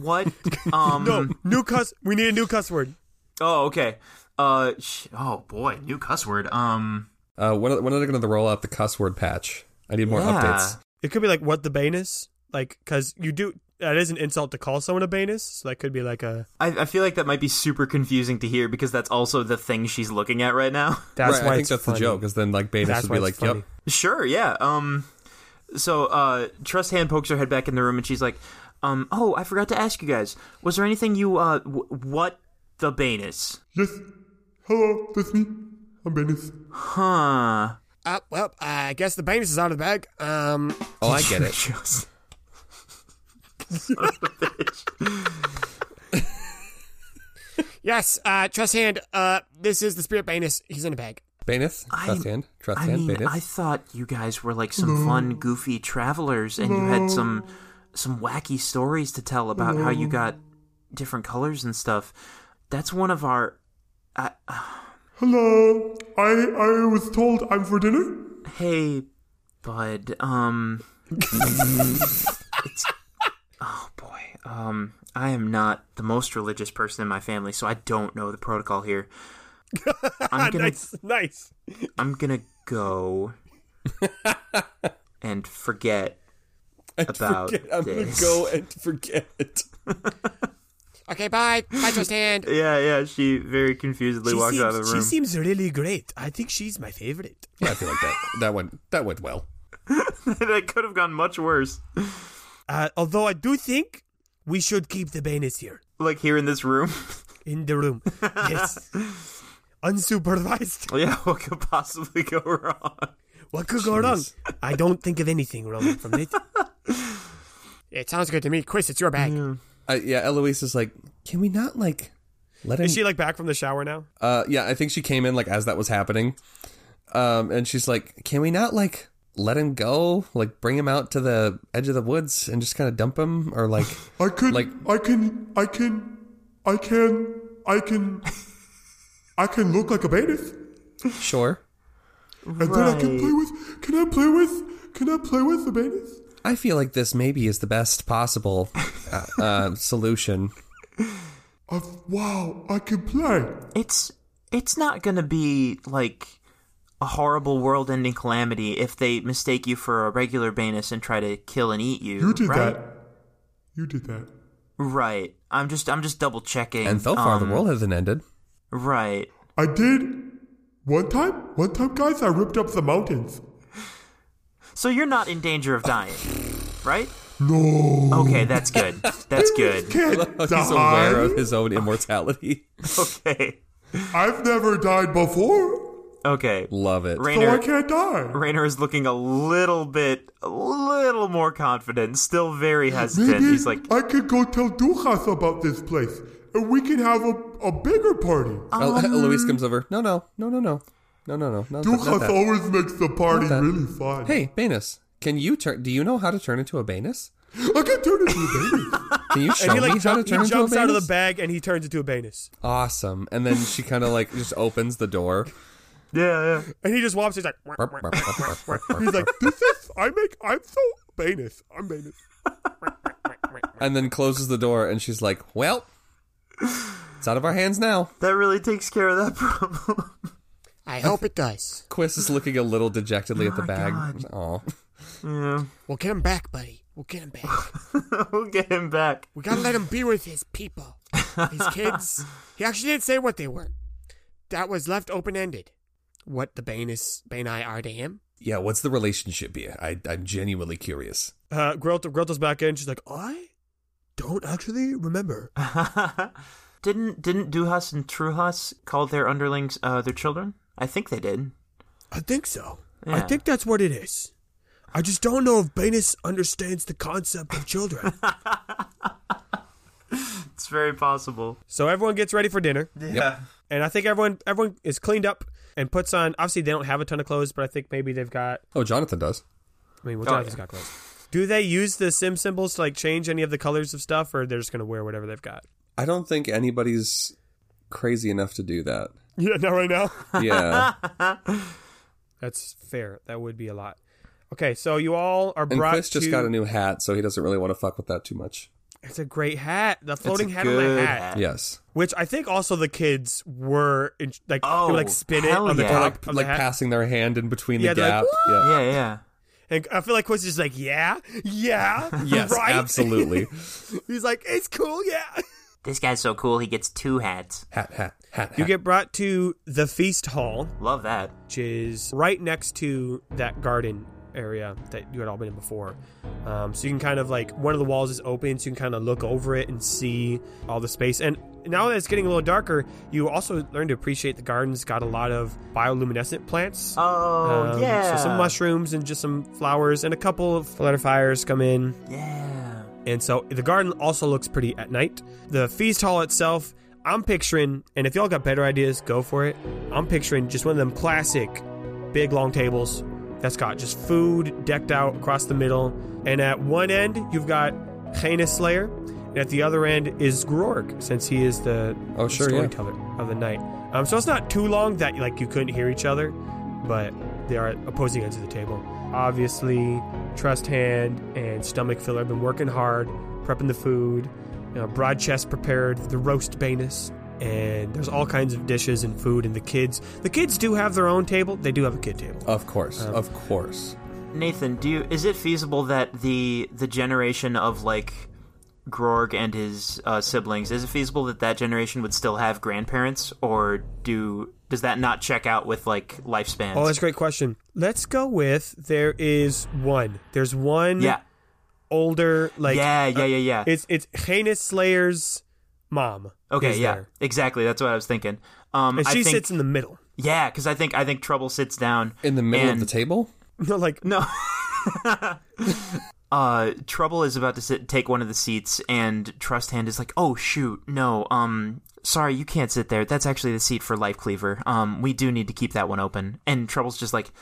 What? Um. "No, Oh, new cuss. We need a new cuss word." Oh, okay. Uh. Sh- oh boy, new cuss word. Um. Uh, when are- when are they gonna roll out the cuss word patch? I need more yeah. updates. It could be like what the Banus, like because you do that is an insult to call someone a Banus, so that could be like a. I, I feel like that might be super confusing to hear because that's also the thing she's looking at right now. That's right, why I think it's that's funny. the joke. Is then like Banus That's would why be it's like, funny. "Yep, Sure, yeah. Um so uh Trust Hand pokes her head back in the room and she's like, "Um oh, I forgot to ask you guys. Was there anything you uh w- what the Banus?" Yes. Hello, that's me. I'm Venus. Huh. Uh, well, I guess the Branus is out of the bag. Um, oh, I get it." Just yes, uh, Trust Hand, uh, this is the Spirit Branus. He's in a bag. Banus, trust hand, trust I hand, mean, Banus. I thought you guys were like some fun goofy travelers and you had some some wacky stories to tell about how you got different colors and stuff. That's one of our I, Hello. I I was told I'm for dinner. Hey, bud. Um, it's, oh boy. Um, I am not the most religious person in my family, so I don't know the protocol here. I'm gonna nice, nice. I'm gonna go and forget about I'm gonna this. go and forget. Okay, bye. Bye, Tristan. Yeah, yeah. She very confusedly walks out of the room. seems really great. I think she's my favorite. I feel like that that went that went well. that could have gone much worse. Uh, although I do think we should keep the Banis here Like here in this room. in the room. Yes. Unsupervised. yeah, what could possibly go wrong? What could go wrong? I don't think of anything wrong from it. It sounds good to me. Chris, it's your bag. Uh, yeah, Eloise is like, can we not like let him? Is she like back from the shower now? uh, yeah, I think she came in like as that was happening, um, and she's like, can we not like let him go? Like bring him out to the edge of the woods and just kind of dump him, or like I can, Like- I can, I can, I can, I can, I can look like a batheth, sure. and then I can play with. Can I play with? Can I play with the batheth? I feel like this maybe is the best possible uh, uh, solution. i Uh, wow, I can play. It's it's not gonna be like a horrible world-ending calamity if they mistake you for a regular Banus and try to kill and eat you. You did right? that. You did that. Right. I'm just I'm just double checking. And so far, Um, the world hasn't ended. Right. I did. One time, one time, guys, I ripped up the mountains. So you're not in danger of dying, right? No, Okay, that's good. That's good. can't He's aware die. of his own immortality. Okay. I've never died before, Okay. Love it. so I Rainer can't die. Rainer is looking a little bit a little more confident, still very hesitant. Maybe He's like, I could go tell Dujas about this place, and we can have a, a bigger party. El- Oh, Eloise Um, comes over. No, no, no, no, no, no, no, no. Not, not Dujas that. always makes the party that. really fun. Hey, Banus, can you turn? Do you know how to turn into a Banus? I can turn into a baby. Can you show And he like me how to jump, he turn into a jumps out of the Banus? bag and he turns into a Banis. Awesome. And then she kind of like just opens the door. yeah, yeah. And he just walks. He's like, He's like, this is, I make, I'm so Banus. I'm Banus. and then closes the door, and she's like, "Well, it's out of our hands now." That really takes care of that problem. I hope it does. Quiss is looking a little dejectedly at the bag. Oh, We'll get him back, buddy. We'll get him back. we'll get him back. We gotta let him be with his people. His kids. He actually didn't say what they were. That was left open ended. What the Banus Bani are to him? yeah. What's the relationship be? I, I'm genuinely curious. uh, Grelt, Grelt's back in. She's like, I don't actually remember. didn't didn't Duhas and Truhas call their underlings uh, their children? I think they did. I think so. I Yeah. think that's what it is. I just don't know if Banus understands the concept of children. It's very possible. so everyone gets ready for dinner, Yeah. and I think everyone everyone is cleaned up and puts on. Obviously, they don't have a ton of clothes, but I think maybe they've got. Oh, Jonathan does. I mean, what Oh, Jonathan's yeah. got clothes? Do they use the sim symbols to like change any of the colors of stuff, or they're just gonna wear whatever they've got? I don't think anybody's crazy enough to do that. Yeah, not right now. Yeah. That's fair. That would be a lot. Okay, so you all are And brought Chris just to- got a new hat, so he doesn't really want to fuck with that too much. It's a great hat. The It's a floating hat on the good hat. Yes. Which I think also the kids were in, like they Oh, would, like spin it hell on the yeah. top Like- of like the hat. passing their hand in between Yeah, the they're gap. like, yeah. Yeah, yeah. and I feel like Quiz is just like, yeah, yeah, Yes, right? absolutely. He's like, it's cool, yeah. This guy's so cool. He gets two hats. hat, hat, hat. You hat. get brought to the feast hall, Love that. which is right next to that garden area that you had all been in before. Um, so you can kind of like one of the walls is open, so you can kind of look over it and see all the space. And now that it's getting a little darker, you also learn to appreciate the garden's got a lot of bioluminescent plants. Oh Um, yeah. So some mushrooms and just some flowers and a couple of letter fires come in. Yeah. And so the garden also looks pretty at night. The feast hall itself, I'm picturing, and if y'all got better ideas, go for it. I'm picturing just one of them classic big long tables that's got just food decked out across the middle. And at one end, you've got Heinous Slayer, and at the other end is Grorg, since he is the Oh, sure, yeah. storyteller of the night. Um, so it's not too long that like you couldn't hear each other, but they are at opposing ends of the table. Obviously, Trust Hand and Stomach Filler have been working hard, prepping the food. You know, broad chest prepared the roast banus. and there's all kinds of dishes and food and the kids the kids do have their own table they do have a kid table Of course, Um, of course. Nathan, do you, is it feasible that the the generation of like Grorg and his uh, siblings is it feasible that that generation would still have grandparents, or do does that not check out with like lifespans? oh that's a great question let's go with there is one there's one yeah, older like yeah, yeah, yeah, yeah. it's it's heinous slayer's mom okay, is yeah, there. exactly. That's what I was thinking. Um, and I she think, sits in the middle yeah, because I think I think Trouble sits down In the middle and- of the table? no like No. uh, Trouble is about to sit, take one of the seats, and Trust Hand is like, "Oh shoot, no. Um, sorry, you can't sit there. That's actually the seat for Life Cleaver. Um, we do need to keep that one open." And Trouble's just like,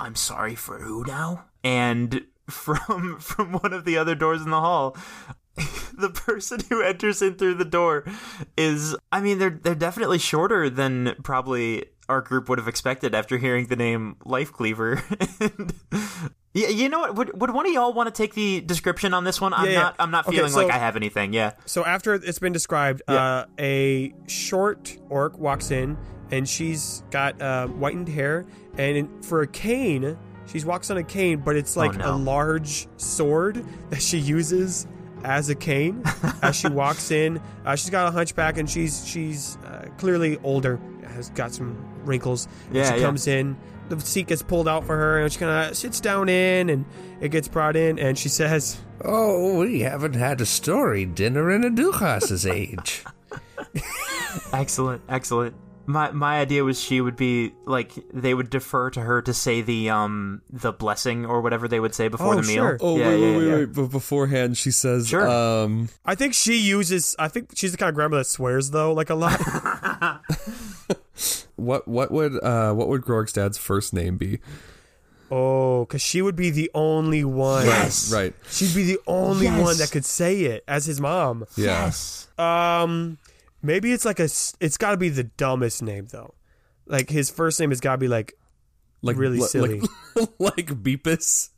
"I'm sorry for who now?" And from from one of the other doors in the hall. The person who enters in through the door is I mean they're they're definitely shorter than probably our group would have expected after hearing the name Life Cleaver. and yeah, you know what? Would, would one of y'all want to take the description on this one? I'm Yeah, yeah. not. I'm not Okay, feeling like so- I have anything. Yeah. So after it's been described, uh, a short orc walks in, and she's got uh, whitened hair, and in, for a cane, she walks on a cane, but it's like Oh, a no. large sword that she uses as a cane as she walks in. Uh, she's got a hunchback, and she's she's uh, clearly older, has got some wrinkles. And Yeah, she yeah. comes in. The seat gets pulled out for her, and she kind of sits down in, and it gets brought in, and she says, Oh, we haven't had a story dinner in a Duchas's age. Excellent. Excellent. My my idea was she would be like they would defer to her to say the um the blessing or whatever they would say before Oh, the meal. sure. Oh, Yeah, wait, yeah, wait, wait, yeah. wait. But beforehand, she says, Sure. um, I think she uses. I think she's the kind of grandma that swears though, like a lot. what what would uh, what would Grog's dad's first name be? oh, because she would be the only one. Yes. Right. She'd be the only Yes. one that could say it as his mom. Yeah. Yes. Um, maybe it's like a. s- It's got to be the dumbest name though. Like his first name has got to be like Like Really li- silly. Like, like Beepus.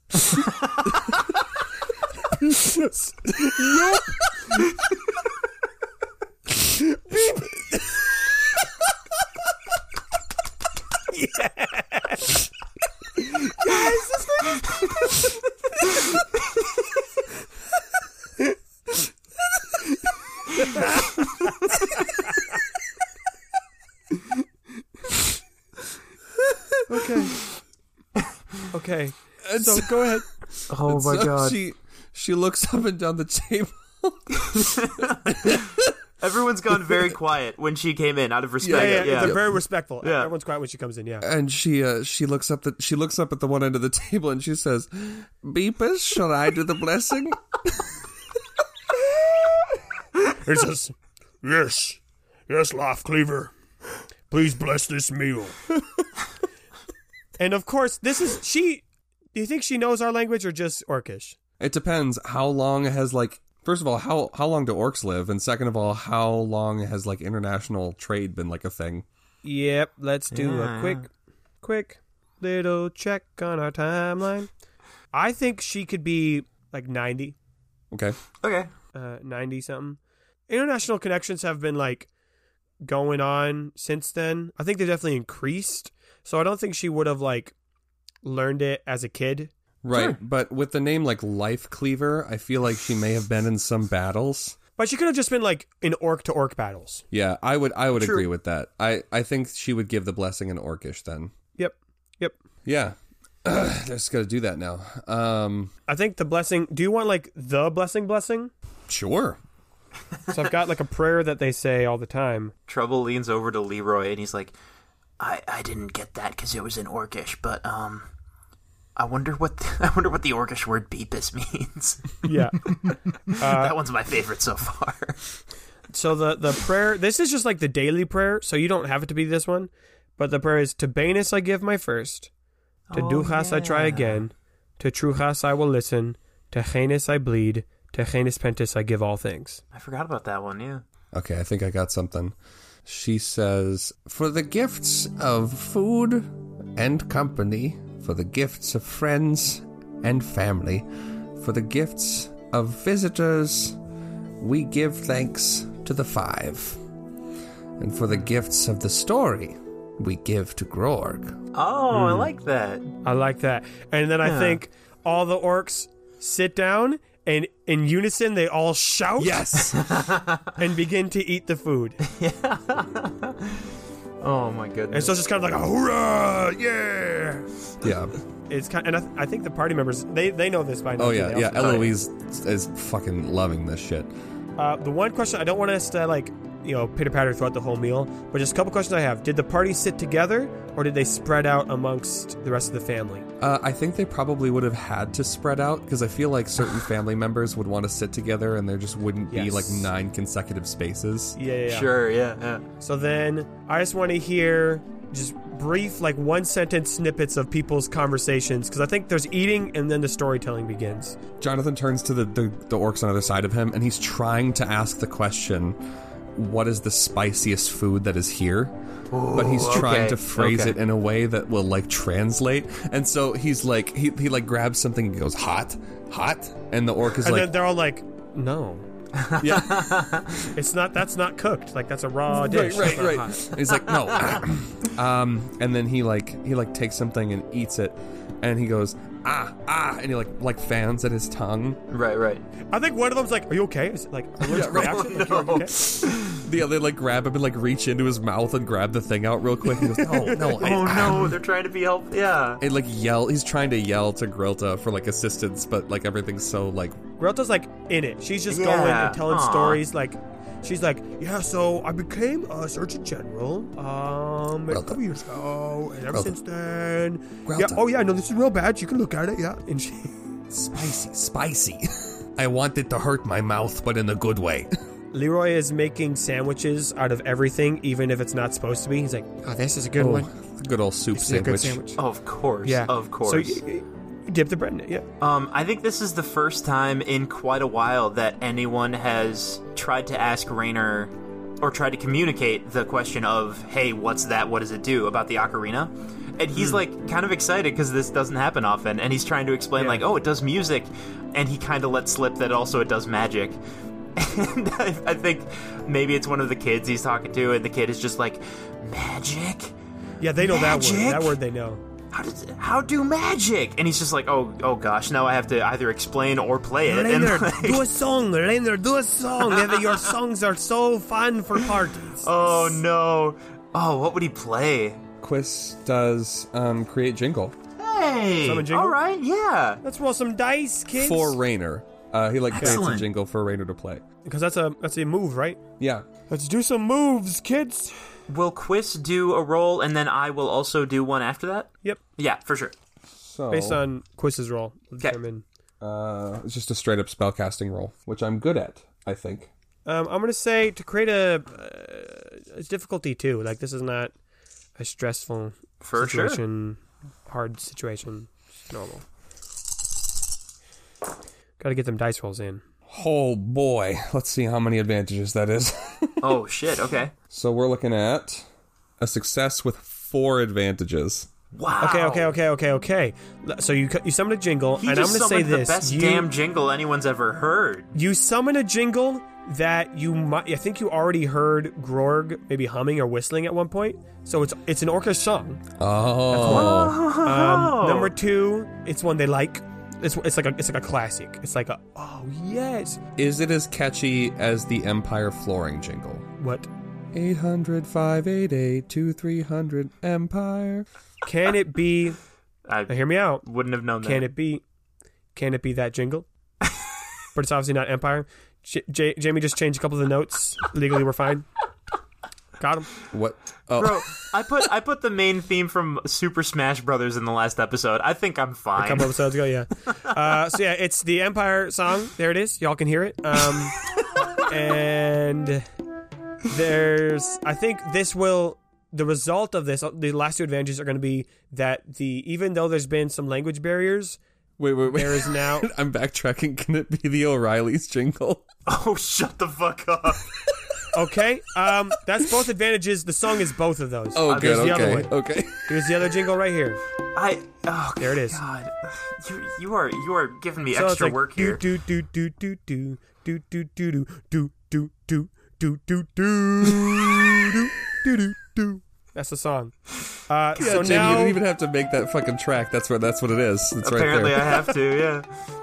okay, okay. And So so- go ahead. Oh my so god. She she looks up and down the table. Everyone's gone very quiet when she came in out of respect. Yeah, Yeah. yeah, they're very respectful. Yeah. Everyone's quiet when she comes in. Yeah. and she uh, she looks up the she looks up at the one end of the table and she says, "Beepus, shall I do the blessing?" He says, Yes, yes, Life Cleaver. Please bless this meal. And of course, this is she. Do you think she knows our language or just Orcish? It depends how long has like first of all how how long do orcs live and second of all how long has like international trade been like a thing. Yep, let's do a Yeah. quick, quick little check on our timeline. I think she could be like 90, Okay. Okay. uh, 90 something. International connections have been like going on since then. I think they definitely increased. So I don't think she would have like learned it as a kid. Right, but with the name like Life Cleaver, I feel like she may have been in some battles. But she could have just been like in orc to orc battles. Yeah, I would I would True. agree with that. I I think she would give the blessing in orcish then. Yep. Yep. Yeah. Just got to do that now. Um I think the blessing. Do you want like the blessing blessing? sure. So I've got like a prayer that they say all the time. Trouble leans over to Leroy and he's like, "I I didn't get that because it was in Orcish, but um, I wonder what the, I wonder what the Orcish word beepus means. Yeah. Uh, that one's my favorite so far. So the the prayer this is just like the daily prayer, so you don't have it to be this one. But the prayer is to Banus I give my first, to Oh, Duchas I try yeah. again, to Truchas I will listen, to Janus I bleed, to Janus Pentis I give all things. I forgot about that one. Yeah. Okay, I think I got something. She says, For the gifts of food and company, for the gifts of friends and family, for the gifts of visitors, we give thanks to the five. and for the gifts of the story we give to Grog. Oh, I Hmm. like that. I like that. And then I think all the orcs sit down and in unison they all shout Yes! and begin to eat the food. Oh my And goodness. so it's just kind of like a hoorah, yeah. yeah. It's kind, and I, th- I think the party members they they know this by now. Oh, too. yeah. They Yeah. also- Eloise is fucking loving this shit. Uh, the one question I don't want us to like you know pitter patter throughout the whole meal, but just a couple questions I have: Did the party sit together or did they spread out amongst the rest of the family? Uh, I think they probably would have had to spread out because I feel like certain family members would want to sit together and there just wouldn't be Yes. like nine consecutive spaces. Yeah, yeah, yeah. Sure, yeah, yeah. So then I just want to hear just brief, like one sentence snippets of people's conversations because I think there's eating and then the storytelling begins. Jonathan turns to the, the, the orcs on either side of him and he's trying to ask the question what is the spiciest food that is here? but he's trying okay, to phrase okay. it in a way that will like translate. And so he's like he, he like grabs something and goes hot, hot, and the orc is And like then they're all like, no. yeah, It's not. That's not cooked. Like that's a raw right, dish. right, right. And he's like no. um and then he like he like takes something and eats it and he goes ah ah and he like like fans at his tongue. Right, right. I think one of them's like, "Are you okay?" Is it like allergic right. reaction? Like, "Are you okay?" The other like grab him and like reach into his mouth and grab the thing out real quick. He goes, "No, no, I, Oh no, they're trying to be helpful. Yeah. And like yell, he's trying to yell to Grilta for like assistance, but like everything's so like Grelta's like in it. She's just Yeah. going and telling Aw. stories. Like, she's like, "Yeah, so I became a Surgeon General um a Grelta. couple years ago, and ever Grelta. since then, yeah, Grelta. oh yeah, no, this is real bad. You can look at it, yeah." And she, spicy, spicy. I want it to hurt my mouth, but in a good way. Leroy is making sandwiches out of everything, even if it's not supposed to be. He's like, Oh, this is a good one. good old soup This is a good sandwich. sandwich. Of course. "Yeah, Of course. So you, you dip the bread in it, yeah. Um, I think this is the first time in quite a while that anyone has tried to ask Rainer or tried to communicate the question of, hey, what's that? What does it do about the ocarina? And he's like kind of excited because this doesn't happen often. And he's trying to explain, like, oh, it does music. And he kind of lets slip that also it does magic. And I, I think maybe it's one of the kids he's talking to, and the kid is just like, magic? Yeah, they know that word. Magic? That word they know. how does how do magic? And he's just like, oh oh gosh, now I have to either explain or play it. And Rainer, like, do a song. Rainer, do a song. Yeah, Your songs are so fun for parties. oh no, oh what would he play? Quis does um, create jingle Hey, Summon jingle? all right, yeah, Let's roll some dice, kids. for Rainer. Uh, he like creates Excellent. a jingle for Rainer to play. Because that's a that's a move, right? Yeah, Let's do some moves, kids. will Quiz do a roll and then I will also do one after that? Yep. Yeah, for sure. so Based on Quiz's roll, we'll Okay. determine. uh, it's just a straight up spellcasting roll, which I'm good at, I think. Um, I'm gonna say to create a, uh, it's difficulty two. Like this is not a stressful For sure. situation, hard situation. It's normal. Got to get them dice rolls in. Oh boy, let's see how many advantages that is. Oh shit, okay. So we're looking at a success with four advantages. Wow. Okay, okay, okay, okay, okay. L- So you cu- you summon a jingle, He and I'm just gonna say summoned the this: best you damn jingle anyone's ever heard. you summon a jingle that you might. I think you already heard Grorg maybe humming or whistling at one point. So it's it's an orca song. Oh, Um, number two, it's one they like. It's, it's like a it's like a classic. It's like a oh yes. is it as catchy as the Empire flooring jingle? What 800 588 2300 Empire. can it be? I Now hear me out. wouldn't have known Can that. it be? Can it be that jingle? but it's obviously not Empire. J- J- Jamie just changed a couple of the notes. Legally, we're fine. Got him. What? Oh, Bro, I put I put the main theme from Super Smash Brothers in the last episode. I think I'm fine. couple episodes ago, yeah. Uh, so yeah, it's the Empire song. There it is. Y'all can hear it. Um, and there's, I think this will. The result of this, the last two advantages are going to be that the even though there's been some language barriers, wait, wait, wait. there is now I'm backtracking. Can it be the O'Reilly's jingle? Oh, shut the fuck up. okay. Um, that's both advantages. The song is both of those. Oh, uh, there's good. the Okay. other one. Okay. Here's the other jingle right here. I oh There it is. God, you you are you are giving me So it's extra like, work do here. do do do do do do do do do do do do do do do do do do do. That's the song. Uh, so Jim, you now didn't even have to make that fucking track. That's where that's what it is. It's Apparently, right I have to. Yeah.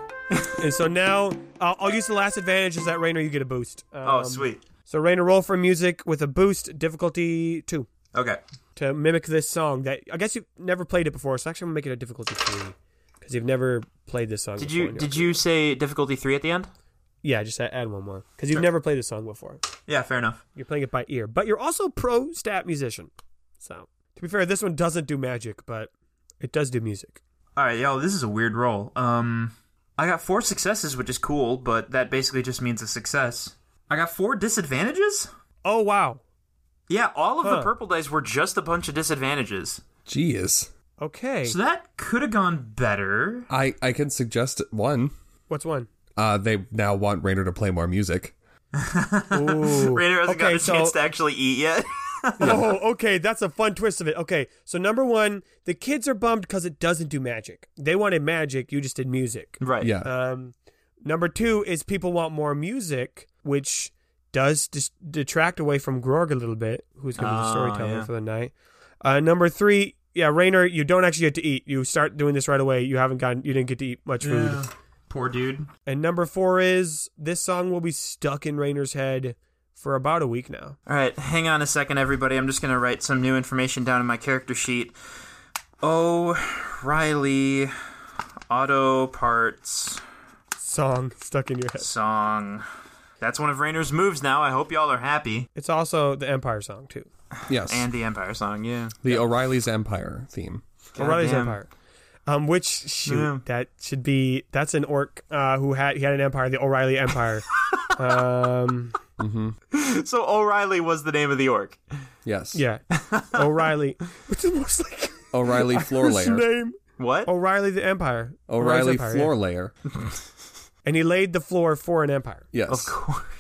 And so now I'll, I'll use the last advantage is that Rainer, you get a boost. Oh, Um, sweet. So Rainer, roll for music with a boost, difficulty two, Okay. to mimic this song that I guess you've never played it before. So actually, I'm gonna make it a difficulty three because you've never played this song. Did before you in your- did you say difficulty three at the end? Yeah, just add, add one more because you've never played this song before. Yeah, fair enough. You're playing it by ear, but you're also a pro stat musician. So to be fair, this one doesn't do magic, but it does do music. All right, y'all. This is a weird roll. Um, I got four successes, which is cool, but that basically just means a success. I got four disadvantages. Oh wow. Yeah, all of the Huh. purple dice were just a bunch of disadvantages. there. Jeez. Okay. So that could have gone better. I, I can suggest one. What's one? Uh, they now want Rainer to play more music. Ooh. Rainer hasn't gotten a so- chance to actually eat yet. Oh, okay. That's a fun twist of it. Okay. So, number one, the kids are bummed because it doesn't do magic. They wanted magic. You just did music. right. Yeah. Um, number two is people want more music, which does dis- detract away from Grog a little bit, who's going to be the Oh, storyteller yeah. for the night. Uh, number three, yeah, Rainer, you don't actually get to eat. You start doing this right away. You haven't gotten, you didn't get to eat much food. Poor dude. And number four is this song will be stuck in Rainer's head for about a week now. All right, hang on a second, everybody. I'm just going to write some new information down in my character sheet. Oh, Riley, auto parts Song stuck in your head. song. That's one of Rainer's moves now. I hope y'all are happy. It's also the Empire song too. yes. And the Empire song, yeah. the O'Reilly's Empire theme. O'Reilly's Goddamn. Empire. Um, which shoot, Yeah. that should be that's an orc uh, who had he had an empire, the O'Reilly Empire. um, So O'Reilly was the name of the orc. Yes. yeah, O'Reilly, which is most like O'Reilly floor his layer. name. What? O'Reilly the Empire. O'Reilly's O'Reilly Empire, floor yeah. layer. and he laid the floor for an empire. Yes.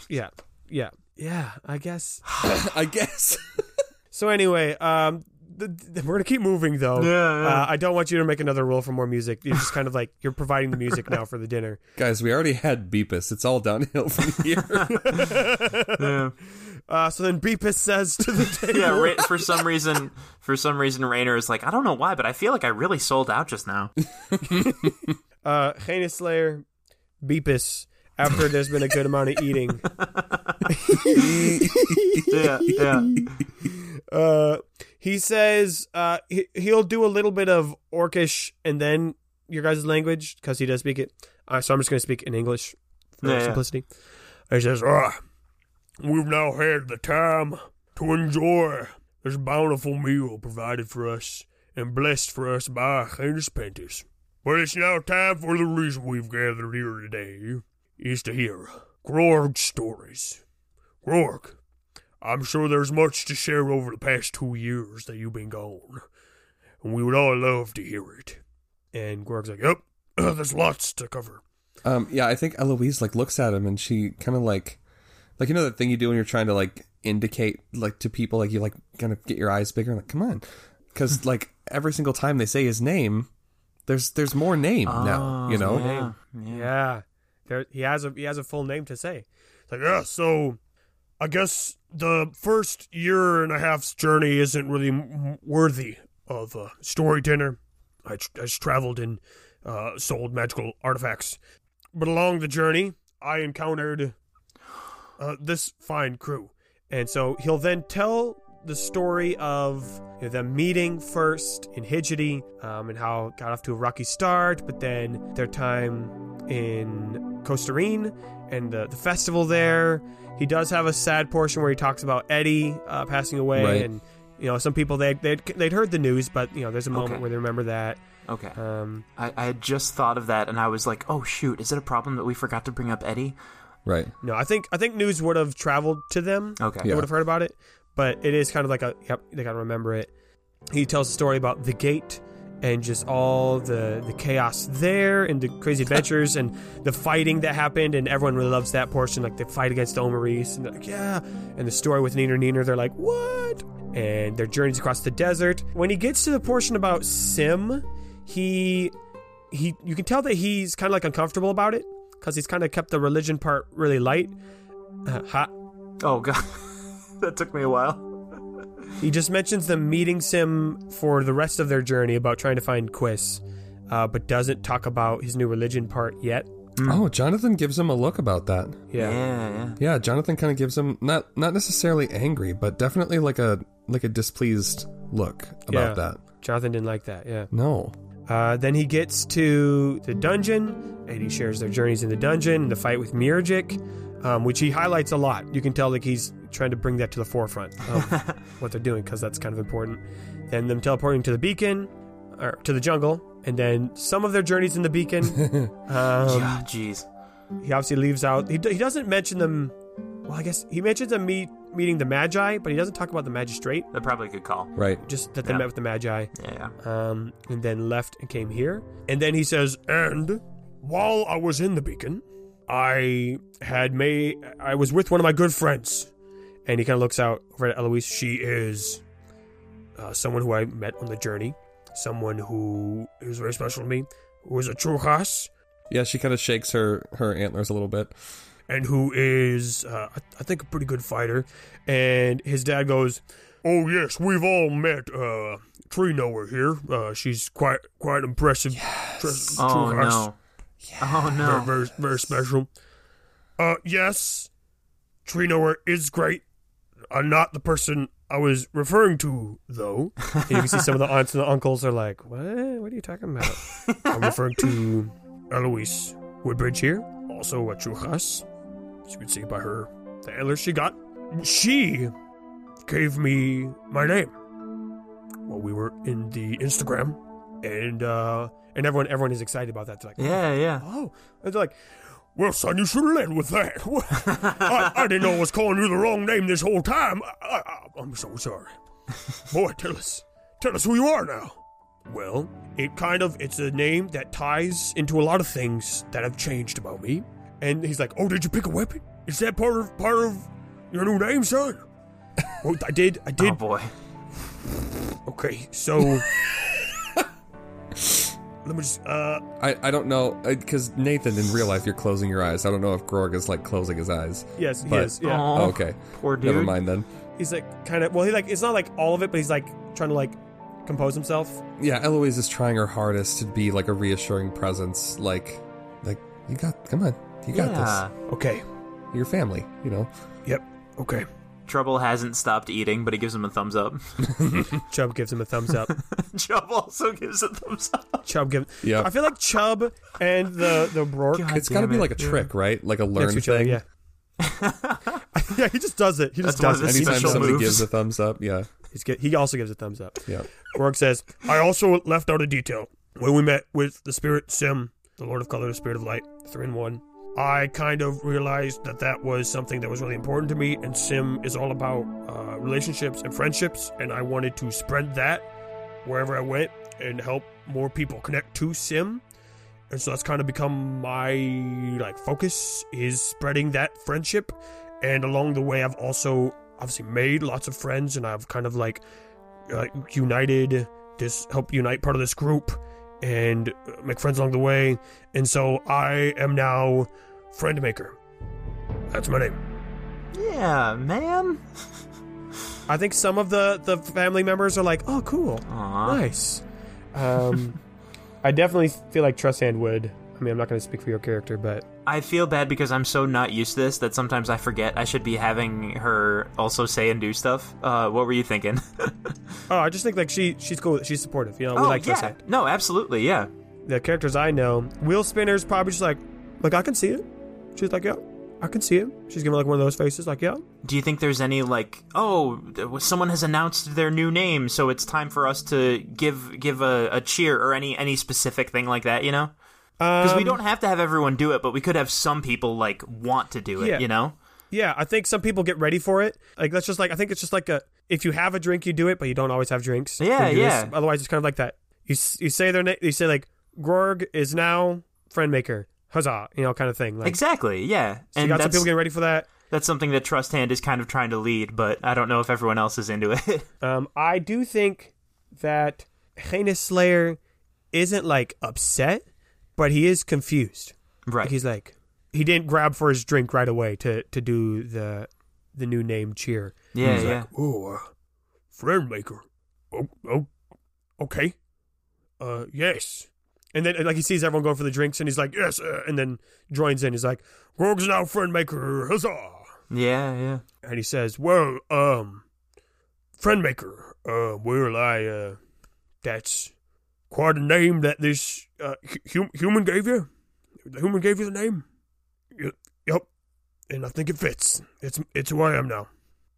Yeah, yeah, yeah. I guess. I guess. So anyway, um, th- th- we're gonna keep moving though. Yeah, yeah. Uh, I don't want you to make another roll for more music. You're just kind of like you're providing the music now for the dinner. Guys, we already had Beepus. It's all downhill from here. Uh, so then Beepus says to the table, Yeah, Ra- for some reason, for some reason, Rainer is like, I don't know why, but I feel like I really sold out just now. uh, Heinous Slayer, Beepus, after there's been a good amount of eating, yeah, yeah. uh, he says uh, he, he'll do a little bit of Orcish and then your guys' language because he does speak it. Uh, so I'm just going to speak in English for Yeah, yeah. simplicity. He says, ah, we've now had the time to enjoy this bountiful meal provided for us and blessed for us by Heinous Pentis. But it's now time for the reason we've gathered here today is to hear Grorg's stories. Grorg, I'm sure there's much to share over the past two years that you've been gone, and we would all love to hear it. And Gorg's like, Yep, there's lots to cover. um, yeah, I think Eloise like looks at him and she kind of like, like you know that thing you do when you're trying to like indicate like to people like you like kind of get your eyes bigger and like come on, because like every single time they say his name, there's there's more name now. You know. Yeah. yeah, there, he has a he has a full name to say. It's like, yeah, so I guess the first year and a half's journey isn't really m- worthy of a story dinner. I, tr- I just traveled and uh, sold magical artifacts. But along the journey, I encountered uh, this fine crew. And so he'll then tell the story of you know, them meeting first in Hidgety um, and how it got off to a rocky start, but then their time in Costa Rica and the, the festival there. He does have a sad portion where he talks about Eddie uh, passing away Right. and. You know, some people they they'd, they'd heard the news, but you know, there's a moment Okay. where they remember that. Okay. Um, I, I had just thought of that and I was like, oh shoot, is it a problem that we forgot to bring up Eddie? Right. no, I think I think news would have traveled to them. Okay. they Yeah. would have heard about it. But it is kind of like a yep, they gotta remember it. He tells a story about the gate and just all the the chaos there and the crazy adventures and the fighting that happened and everyone really loves that portion, like the fight against the Omaris and they're like, yeah. And the story with Neener Neener, they're like, What? And their journeys across the desert. When he gets to the portion about Sim, he he you can tell that he's kind of like uncomfortable about it because he's kind of kept the religion part really light. Uh, hot Oh god, that took me a while. He just mentions them meeting Sim for the rest of their journey about trying to find Quiz, uh, but doesn't talk about his new religion part yet. Oh, Jonathan gives him a look about that. Yeah, yeah. Yeah, Jonathan kind of gives him not not necessarily angry, but definitely like a like a displeased look about Yeah. that. Jonathan didn't like that, yeah. No. Uh, then he gets to the dungeon, and he shares their journeys in the dungeon, the fight with Mirajik, um, which he highlights a lot. You can tell like he's trying to bring that to the forefront of what they're doing because that's kind of important. Then them teleporting to the beacon, or to the jungle, and then some of their journeys in the beacon. um, Ah, jeez. He obviously leaves out. He, d- he doesn't mention them. Well, I guess he mentions them meet, meeting the Magi, but he doesn't talk about the Magistrate. That probably a good call. Right. Just that they Yeah. met with the Magi Yeah, yeah. um, and then left and came here. And then he says, "And while I was in the beacon, I had may I was with one of my good friends." And he kind of looks out over at Eloise. She is uh, someone who I met on the journey, someone who is very special to me, who is a churras, Yeah, she kind of shakes her her antlers a little bit. and who is uh, I- I think a pretty good fighter. And his dad goes, Oh yes, we've all met uh Tree Knower here. Uh she's quite quite impressive. Tr- Oh Tree Knower. no. Oh no. Very, very very special. Uh yes. Tree Knower is great. I'm not the person I was referring to though. And you can see some of the aunts and the uncles are like, "What? What are you talking about?" I'm referring to Eloise Woodbridge here, also a Chujas. As you can see by her, the antlers she got. She gave me my name while we were in the Instagram, and uh, and everyone everyone is excited about that. They're like, Yeah, yeah. oh, and they're like, well, son, you should have led with that. I, I didn't know I was calling you the wrong name this whole time. I, I, I'm so sorry. Boy, tell us, tell us who you are now. well, it kind of it's a name that ties into a lot of things that have changed about me. And he's like, oh, did you pick a weapon? Is that part of part of your new name, son? Well, I did, I Oh did. boy. Oh, okay, so Let me just. Uh, I, I don't know because Nathan in real life you're closing your eyes. I don't know if Gorg is like closing his eyes. yes, he But- is. Yeah, Aw, Oh, okay, Poor dude. never mind then. he's like kind of. Well, he like it's not like all of it, but he's like trying to like compose himself. Yeah, Eloise is trying her hardest to be like a reassuring presence, like like you got come on, you got Yeah. Okay, this. Your family, you know. yep, okay. Trouble hasn't stopped eating, but he gives him a thumbs up. Chubb gives him a thumbs up. Trouble also gives a thumbs up. Chubb gives. Yeah. I feel like Chubb and the the Rourke God it's got to damn be it. like a trick, right? Like a next learned to each other. thing. Yeah. yeah, he just does it. He just That's does one of it. his Anytime Special somebody moves. gives a thumbs up, yeah, He's get, he also gives a thumbs up. yeah. Rourke says, I also left out a detail. When we met with the spirit Sim, the Lord of Color, the Spirit of Light, three in one, I kind of realized that that was something that was really important to me, and Sim is all about uh, relationships and friendships, and I wanted to spread that wherever I went and help more people connect to Sim. And so that's kind of become my like focus is spreading that friendship. And along the way, I've also obviously made lots of friends, and I've kind of like uh, united this help unite part of this group and uh, make friends along the way and so i am now friend maker that's my name Yeah, man. I think some of the the family members are like, "Oh, cool, Aw. nice." Um, I definitely feel like Trusand would. I mean, I'm not going to speak for your character, but I feel bad because I'm so not used to this that sometimes I forget I should be having her also say and do stuff. Uh, what were you thinking? oh, I just think like she she's cool. She's supportive. You know, we oh, like yeah. Trusand. No, absolutely, yeah. The characters I know, Wheel Spinner's probably just like, like I can see it. She's like, yeah, I can see it. She's giving like one of those faces, like, yeah, Do you think there's any like oh th- someone has announced their new name so it's time for us to give give a, a cheer or any any specific thing like that you know because Um, we don't have to have everyone do it but we could have some people like want to do it Yeah. you know yeah. I think some people get ready for it. Like that's just like I think it's just like a if you have a drink, you do it, but you don't always have drinks. Yeah, Then do this. yeah. Otherwise, it's kind of like that. You s- you say their name. You say like Gorg is now friend maker. Huzzah! You know, kind of thing. Like exactly yeah so you and got some that's people getting ready for that. that's something that Trust Hand is kind of trying to lead but I don't know if everyone else is into it Um, I do think that Heinous Slayer isn't like upset, but he is confused. right Like he's like he didn't grab for his drink right away to to do the the new name cheer. Yeah, yeah. Ooh, uh, friend maker. Oh, oh, okay. Uh, yes. And then like he sees everyone going for the drinks and he's like, yes, uh, and then joins in. He's like, Grog's now friend maker. Huzzah! yeah, yeah. and he says, Well, um, friend maker. Uh, well, I uh, that's quite a name that this uh hu- human gave you. The human gave you the name. Y- Yep. And I think it fits. It's it's who I am now.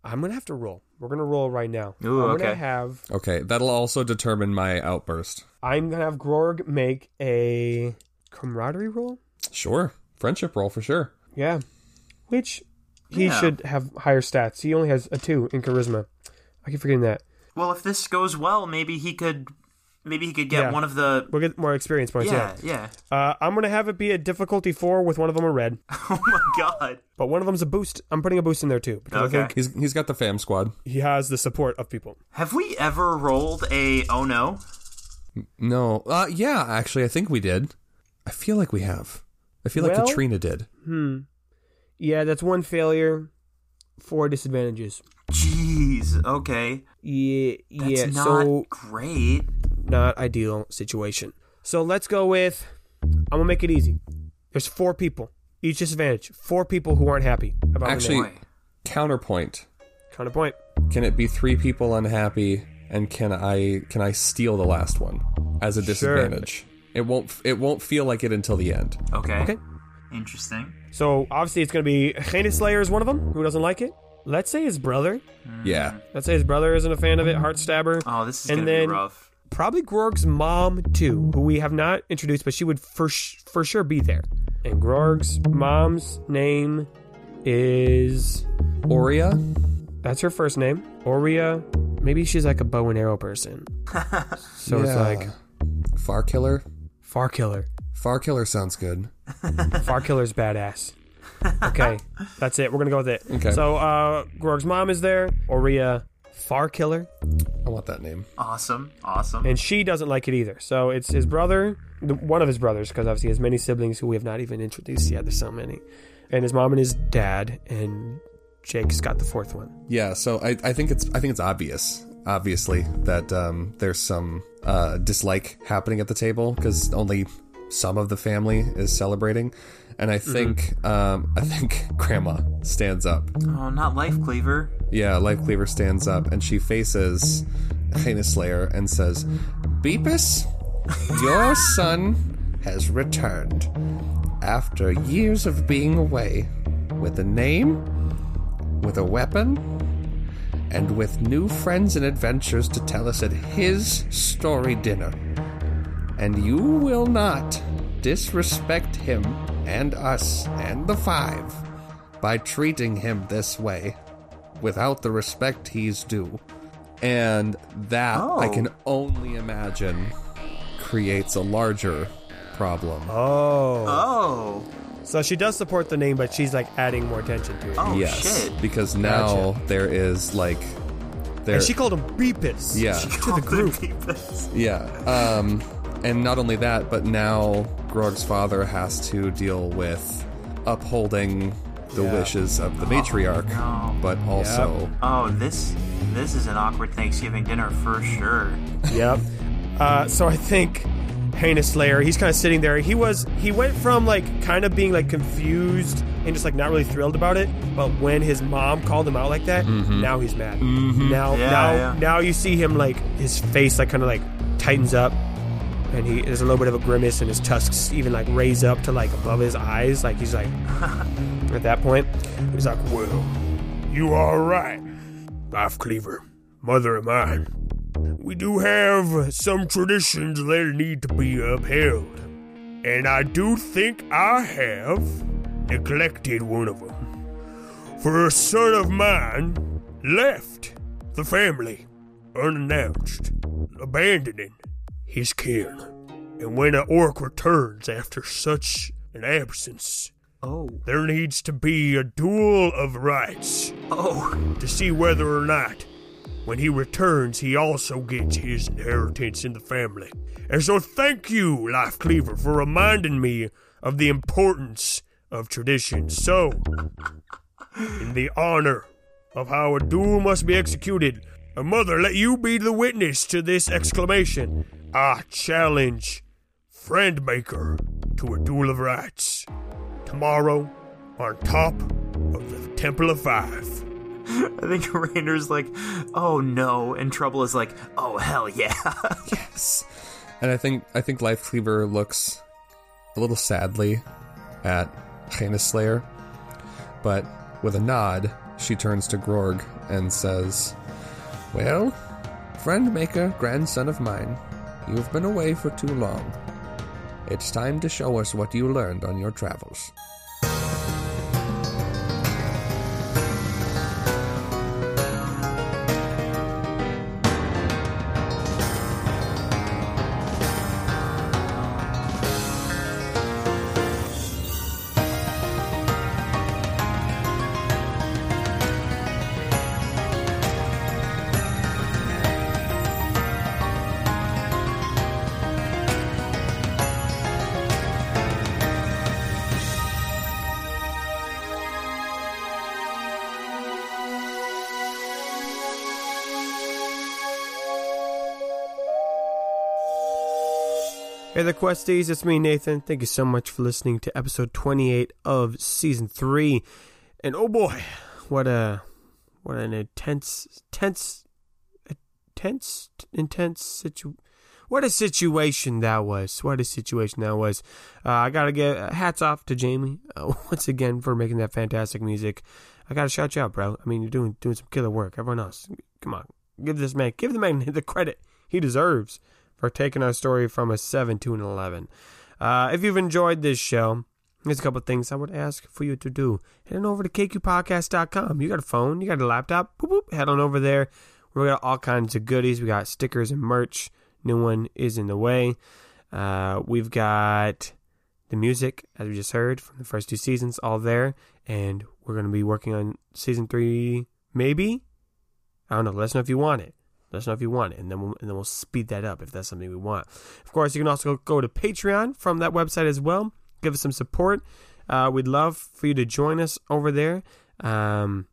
I'm gonna have to roll. We're gonna roll right now. Ooh, I'm okay. gonna have Okay, that'll also determine my outburst. I'm gonna have Grog make a camaraderie roll. Sure, friendship roll for sure. Yeah, which he Yeah. should have higher stats. He only has a two in charisma. I keep forgetting that. Well, if this goes well, maybe he could, maybe he could get Yeah. one of the. We'll get more experience points. Yeah. Yeah, yeah. Uh, I'm gonna have it be a difficulty four with one of them a red, Oh my god. but one of them's a boost. I'm putting a boost in there too because I Okay. think He's he's got the fam squad. he has the support of people. Have we ever rolled a oh no? No, uh, yeah, actually, I think we did. I feel like we have. I feel Well- like Katrina did. Hmm. Yeah, that's one failure, four disadvantages. Jeez. Okay. Yeah, That's yeah. not so great. not ideal situation. So let's go with I'm gonna make it easy. There's four people, each disadvantage. Four people who aren't happy about Actually- the Boy. Counterpoint: name. counterpoint. Can it be three people unhappy, and can I can I steal the last one as a disadvantage? It won't it won't feel like it until the end. Okay. Okay. Interesting. So obviously it's gonna be Heinous Slayer is one of them who doesn't like it. Let's say his brother. Yeah, Let's say his brother isn't a fan of it. Heartstabber. Oh, this is And gonna then- be rough. Probably Gorg's mom too, who we have not introduced, but she would for sh- for sure be there. And Gorg's mom's name is Oria. That's her first name. Oria. Maybe she's like a bow and arrow person. so it's Yeah. like Far Killer. Far Killer. Far Killer sounds good. Far Killer's badass. Okay, that's it. We're gonna go with it. Okay. So uh Gorg's mom is there. Oria Far Killer. I want that name. Awesome. Awesome. And she doesn't like it either. So it's his brother, the- one of his brothers, because obviously he has many siblings who we have not even introduced yet. There's so many. And his mom and his dad, and Jake's got the fourth one. Yeah, so I, I think it's I think it's obvious, obviously, that um, there's some uh, dislike happening at the table because only some of the family is celebrating, and I think um, I think Grandma stands up. oh, not life cleaver. Yeah, Life Cleaver stands up, and she faces Heinous Slayer and says, "Beepus, your son has returned after years of being away, with a name." with a weapon, and with new friends and adventures to tell us at his story dinner. And you will not disrespect him and us and the five by treating him this way without the respect he's due. And that, I Oh. can only imagine, creates a larger problem. Oh. Oh. So she does support the name, but she's like adding more attention to it. Oh yes. shit. Because now there is like. There, And she called him Beepus. yeah. To the group. Yeah. Um, and not only that, but now Grog's father has to deal with upholding the wishes of the matriarch, but also Oh, this this is an awkward Thanksgiving dinner for sure. Yep. Uh, so I think Heinous Slayer, he's kind of sitting there. He was he went from like kind of being like confused and just like not really thrilled about it, but when his mom called him out like that, now he's mad. Now Mm-hmm. Yeah, now yeah. now you see him like his face like kind of like tightens up and he there's a little bit of a grimace and his tusks even like raise up to like above his eyes like he's like at that point he's like Well, you are right, Life Cleaver, mother of mine. We do have some traditions that need to be upheld, and I do think I have neglected one of them. For a son of mine left the family unannounced, abandoning his kin. And when an orc returns after such an absence, Oh. there needs to be a duel of rights Oh. to see whether or not, when he returns, he also gets his inheritance in the family. And so, thank you, Life Cleaver, for reminding me of the importance of tradition. So, in the honor of how a duel must be executed. And mother, let you be the witness to this exclamation. I challenge Friendmaker to a duel of rights. Tomorrow, on top of the Temple of Five. I think Rainer's like, oh no, and Trouble is like, oh hell yeah. And I think I think Life Cleaver looks a little sadly at Heinous Slayer, but with a nod, she turns to Grorg and says, "Well, friend maker, grandson of mine, you've been away for too long. It's time to show us what you learned on your travels." Hey there, Questies. It's me, Nathan. Thank you so much for listening to episode 28 of season three. And oh boy, what a what an intense, tense, tense, intense situ. What a situation that was! What a situation that was! Uh, I gotta get uh, hats off to Jamie uh, once again for making that fantastic music. I gotta shout you out, bro. I mean, you're doing doing some killer work. Everyone else, come on, give this man, give the man the credit he deserves for taking our story from a 7 to an 11. Uh, if you've enjoyed this show, there's a couple things I would ask for you to do. Head on over to kqpodcast.com. You got a phone, you got a laptop, boop, boop, head on over there. We got all kinds of goodies. We got stickers and merch. New one is in the way. Uh, we've got the music, as we just heard from the first two seasons, all there. And we're going to be working on season three, maybe. I don't know. Let us know if you want it. Let us know if you want, it, and then we'll, and then we'll speed that up if that's something we want. Of course, you can also go to Patreon from that website as well. Give us some support. Uh, we'd love for you to join us over there. Um,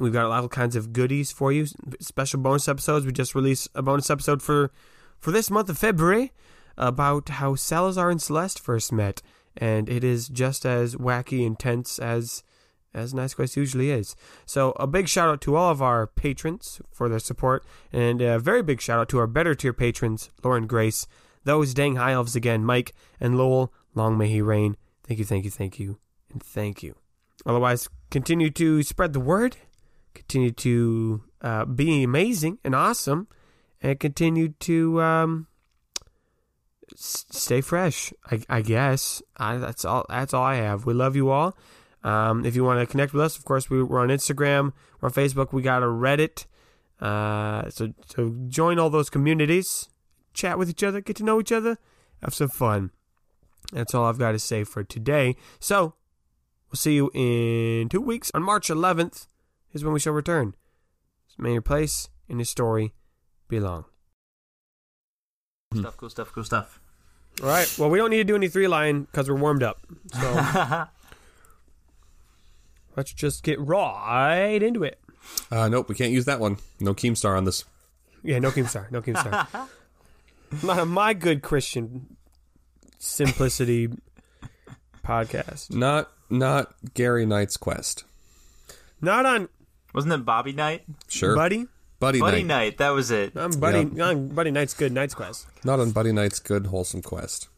we've got all kinds of goodies for you, special bonus episodes. We just released a bonus episode for for this month of February about how Salazar and Celeste first met, and it is just as wacky and tense as as Nice Quest usually is. So a big shout out to all of our patrons for their support, and a very big shout out to our better tier patrons, Lauren Grace, those dang high elves again, Mike and Lowell. Long may he reign. Thank you, thank you, thank you, and thank you. Otherwise, continue to spread the word, continue to uh, be amazing and awesome, and continue to um, s- stay fresh. I, I guess I, that's all. That's all I have. We love you all. Um, if you want to connect with us, of course, we, we're on Instagram, we're on Facebook, we got a Reddit. Uh, so, so join all those communities, chat with each other, get to know each other, have some fun. That's all I've got to say for today. So we'll see you in two weeks. On March 11th is when we shall return. So may your place in his story belong. Hmm. cool stuff, cool stuff, cool stuff. All right. Well, we don't need to do any three line because we're warmed up. So let's just get right into it. Uh, nope, we can't use that one. No Keemstar on this. Yeah, no Keemstar. No Keemstar. my, my good Christian simplicity podcast. Not not Gary Knight's quest. Not on Wasn't it Bobby Knight? Sure, Buddy. Buddy, Buddy Knight. Knight, that was it. I'm Buddy. I'm Buddy Knight's good Knight's quest. Not on Buddy Knight's good wholesome quest.